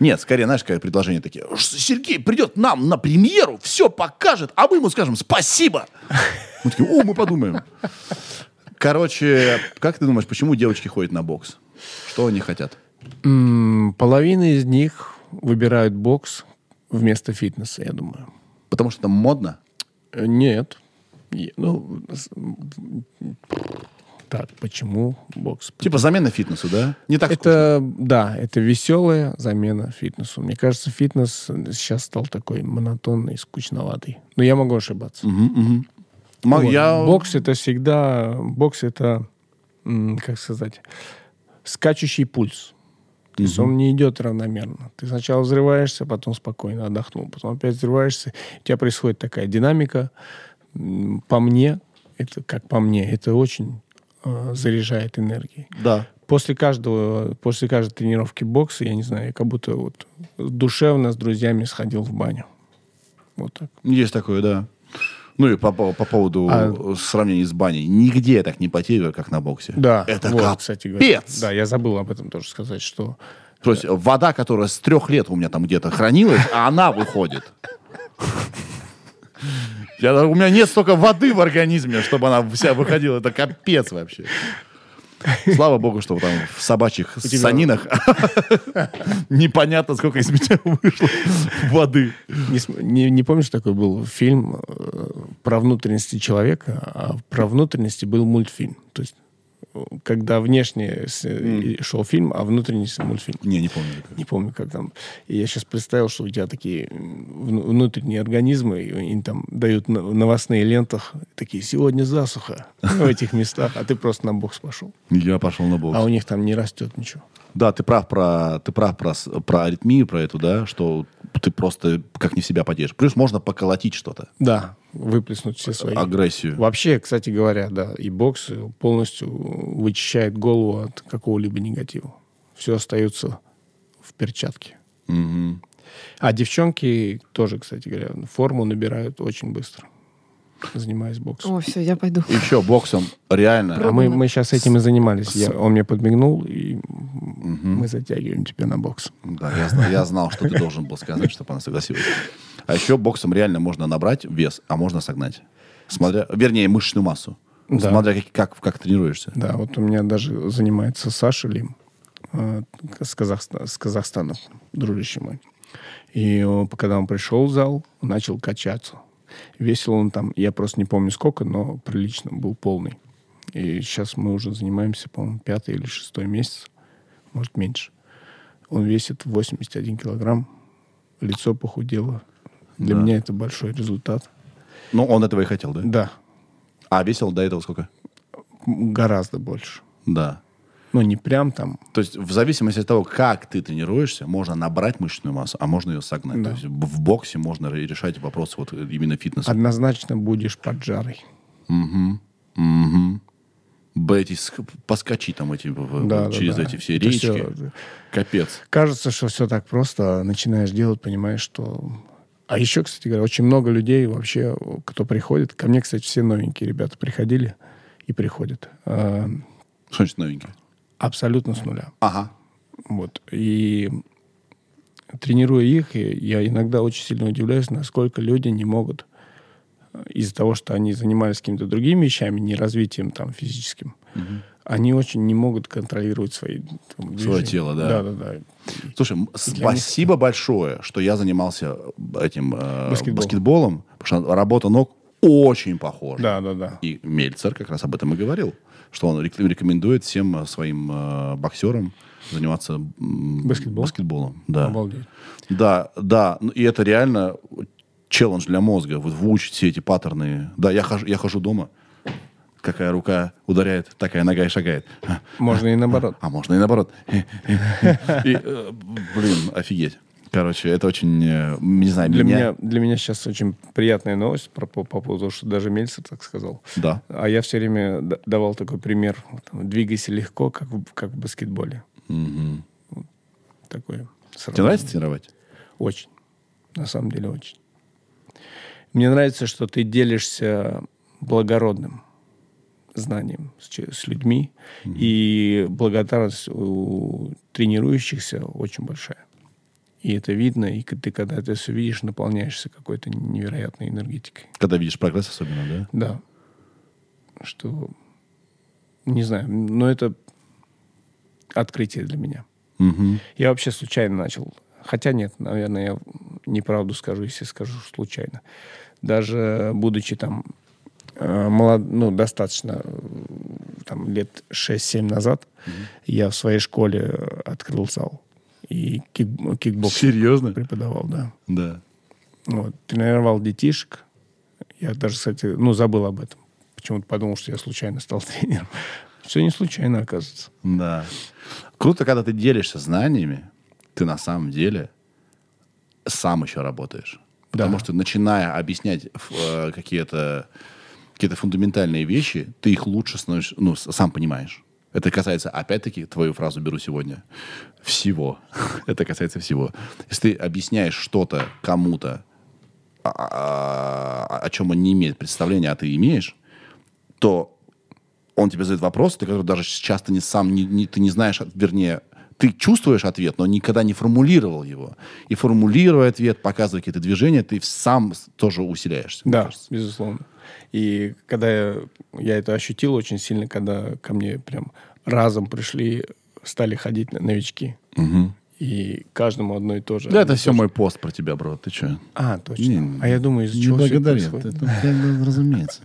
B: Нет, скорее, знаешь, как предложения такие. «Ш- Сергей придет нам на премьеру, все покажет, а мы ему скажем спасибо. Мы такие, о, мы подумаем. Короче, как ты думаешь, почему девочки ходят на бокс? Что они хотят?
D: М, Половина из них выбирают бокс вместо фитнеса, я думаю.
B: Потому что модно?
D: Э, Нет. Е- Ну, с- м, так, почему бокс?
B: Типа замена фитнесу, да? Не так скучно.
D: Это, да, это веселая замена фитнесу. Мне кажется, фитнес сейчас стал такой монотонный, скучноватый. Но я могу ошибаться.
B: Ма-
D: Вот.
B: а я...
D: Бокс это всегда... Бокс это, м, как сказать, скачущий пульс. То есть он не идет равномерно. Ты сначала взрываешься, потом спокойно отдохнул, потом опять взрываешься. У тебя происходит такая динамика. М, По мне, это, как по мне, это очень э, заряжает энергией.
B: Да.
D: После каждого, после каждой тренировки бокса, я не знаю, я как будто вот душевно с друзьями сходил в баню. Вот так.
B: Есть такое, да. Ну и по, по- по поводу
D: А-
B: э, сравнения с баней. Нигде я так не потею, как на боксе.
D: Да,
B: Это
D: вот,
B: капец.
D: кстати говоря. Да, я забыл об этом тоже сказать, что
B: То есть вода, которая с трех лет у меня там где-то хранилась, а она выходит. Я, даже- у меня нет столько воды в организме, чтобы она вся выходила. Это капец вообще. Слава богу, что там в собачьих санинах непонятно, сколько из меня вышло воды.
D: Не, см- не- не помнишь, такой был фильм э, про внутренности человека, а про внутренности был мультфильм. То есть, э, когда внешне с- э, и шел фильм, а внутренность мультфильм.
B: Не, не помню. такое.
D: Не помню, как там. И я сейчас представил, что у тебя такие м, вну- внутренние организмы, и они там дают на- в новостные лентах такие, сегодня засуха в этих местах, а ты просто на бокс пошел.
B: Я пошел на бокс.
D: А у них там не растет ничего.
B: Да, ты прав про ты прав про, с- про аритмию, про эту, да, что ты просто как не в себя подешь. Плюс можно поколотить что-то,
D: Да, выплеснуть все свои...
B: а агрессию.
D: Вообще, кстати говоря, да, и бокс полностью вычищает голову от какого-либо негатива. Все остается в перчатке.
B: Мгм.
D: А девчонки тоже, кстати говоря, форму набирают очень быстро, занимаясь боксом.
E: О, все, я пойду.
B: И еще боксом реально.
D: А мы, мы сейчас этим и занимались. Я- он мне подмигнул, и мы затягиваем тебя на бокс.
B: Да, я знал, я знал, что ты должен был сказать, чтобы она согласилась. А еще боксом реально можно набрать вес, а можно согнать. Смотря, вернее, мышечную массу.
D: Да.
B: Смотря как, как, как тренируешься.
D: Да, вот у меня даже занимается Саша Лим э, с, Казахста- с Казахстана, дружище мой. И он, когда он пришел в зал, он начал качаться. Весил он там, я просто не помню сколько, но прилично был полный. И сейчас мы уже занимаемся, по-моему, пятый или шестой месяц, может, меньше. Он весит 81 килограмм, лицо похудело. Для меня это большой результат.
B: Ну, он этого и хотел, да?
D: Да,
B: А весил до этого сколько?
D: м, гораздо больше.
B: Да.
D: Ну, не прям там,
B: То есть в зависимости от того, как ты тренируешься, можно набрать мышечную массу, а можно ее согнать.
D: Да.
B: То есть б- в боксе можно ре- решать вопросы вот именно
D: А
B: фитнеса.
D: однозначно будешь поджарой.
B: Б- эти ск- поскочи там эти в- в-
D: Да, да,
B: через
D: да. э,
B: эти все
D: Это
B: речки.
D: всё.
B: Капец.
D: Кажется, что все так просто. а Начинаешь делать, понимаешь, что... А еще, кстати говоря, очень много людей вообще, кто приходит. Ко мне, кстати, все новенькие ребята приходили и приходят. Э,
B: Что значит новенький?
D: Абсолютно с нуля.
B: Ага.
D: Вот. И тренируя их, и я иногда очень сильно удивляюсь, насколько люди не могут э, из-за того, что они занимались какими-то другими вещами, не развитием там физическим, они очень не могут контролировать свои там, движения.
B: тело, да.
D: Да-да-да.
B: Слушай, м, спасибо большое, что я занимался этим э,
D: Баскетболом.
B: баскетболом, потому что работа ног очень похожа.
D: Да-да-да.
B: И Мельцер как раз об этом и говорил, что он рек- рекомендует всем э, своим э, боксерам заниматься м,
D: Баскетбол?
B: баскетболом. Да.
D: Обалдеть.
B: Да, да. Ну, И это реально челлендж для мозга. Вот выучить все эти паттерны. Да, я хожу, я хожу дома. Какая рука ударяет, такая нога и шагает.
D: Можно и наоборот.
B: А можно и наоборот. И, э, блин, офигеть. Короче, это очень, э, не знаю,
D: Для меня, для меня сейчас очень приятная новость про, по, по поводу того, что даже Мельцер так сказал.
B: Да.
D: А я все время д- давал такой пример. вот, там, Двигайся легко, как в, как в баскетболе. Вот Такое.
B: Тебе
D: сравнение.
B: нравится тренировать?
D: Очень. На самом деле очень. Мне нравится, что ты делишься благородным знанием с, че- с людьми. И благодарность у тренирующихся очень большая. И это видно, и к- ты, когда это все видишь, наполняешься какой-то невероятной энергетикой.
B: Когда видишь прогресс особенно, да?
D: Да. Что, не знаю, но это открытие для меня.
B: Мгм.
D: Я вообще случайно начал. Хотя нет, наверное, я неправду скажу, если скажу что случайно. Даже будучи там э, молод, ну, достаточно э, там, лет 6-7 назад, я в своей школе э, открыл зал. И кик, кикбокс
B: Серьезно?
D: преподавал, да.
B: Да.
D: Вот, тренировал детишек. Я даже, кстати, ну, забыл об этом. Почему-то подумал, что я случайно стал тренером. Все не случайно, оказывается.
B: Да. Круто, когда ты делишься знаниями, ты на самом деле сам еще работаешь. Потому
D: Да.
B: что начиная объяснять ф- э, какие-то какие-то фундаментальные вещи, ты их лучше становишься, ну, с- сам понимаешь. Это касается, опять-таки, твою фразу беру сегодня, всего. Это касается всего. Если ты объясняешь что-то кому-то, а- а- о чем он не имеет представления, а ты имеешь, то он тебе задает вопрос, ты который даже сейчас ты не сам не, не- ты не знаешь, от- вернее, ты чувствуешь ответ, но никогда не формулировал его. И формулируя ответ, показывая какие-то движения, ты сам с- тоже усиляешься. мне
D: Да,
B: кажется.
D: безусловно. И когда я, я это ощутил очень сильно, когда ко мне прям разом пришли, стали ходить на- новички. И каждому одно и то же.
B: Да, это все мой пост про тебя, бро. Ты что?
D: А, точно. а я думаю, из-за
B: не
D: чего всё это
B: благодарен.
D: происходит?
B: Ты- ты- ну, разумеется.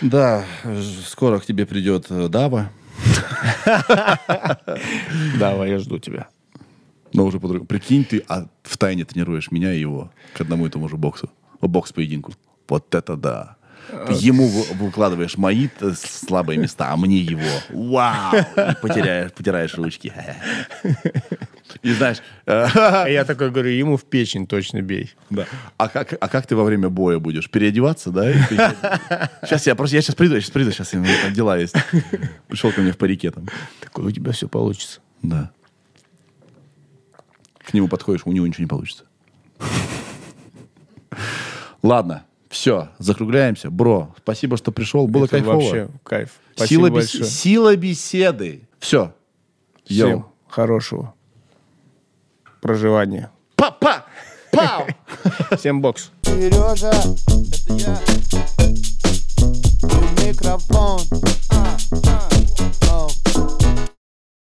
B: Да, ж- скоро к тебе придет э, Дава,
D: Давай, я жду тебя.
B: но уже по-другому. Прикинь, ты а, в тайне тренируешь меня и его к одному и тому же боксу. О, Бокс-поединку. Вот это да. Ты Ему вы- выкладываешь мои э, слабые места, а мне его. Вау! И потеряешь, потираешь ручки. И знаешь, э,
D: А я такой говорю, ему в печень точно бей.
B: Да. А как, а как ты во время боя будешь? Переодеваться, да? Сейчас я просто, я сейчас приду, я сейчас приду, сейчас у меня там дела есть. Пришел ко мне в парике там.
D: Такой, у тебя все получится.
B: Да. К нему подходишь, у него ничего не получится. Ладно, все, закругляемся. Бро, спасибо, что пришел, было
D: Это
B: кайфово.
D: Вообще кайф.
B: Сила,
D: Спасибо
B: бес-
D: большое.
B: Сила беседы. Все.
D: Всем
B: Йоу.
D: хорошего проживания.
B: Па-па! Пау!
D: Всем бокс.
C: Сережа, это я. И микрофон. А, а, оу.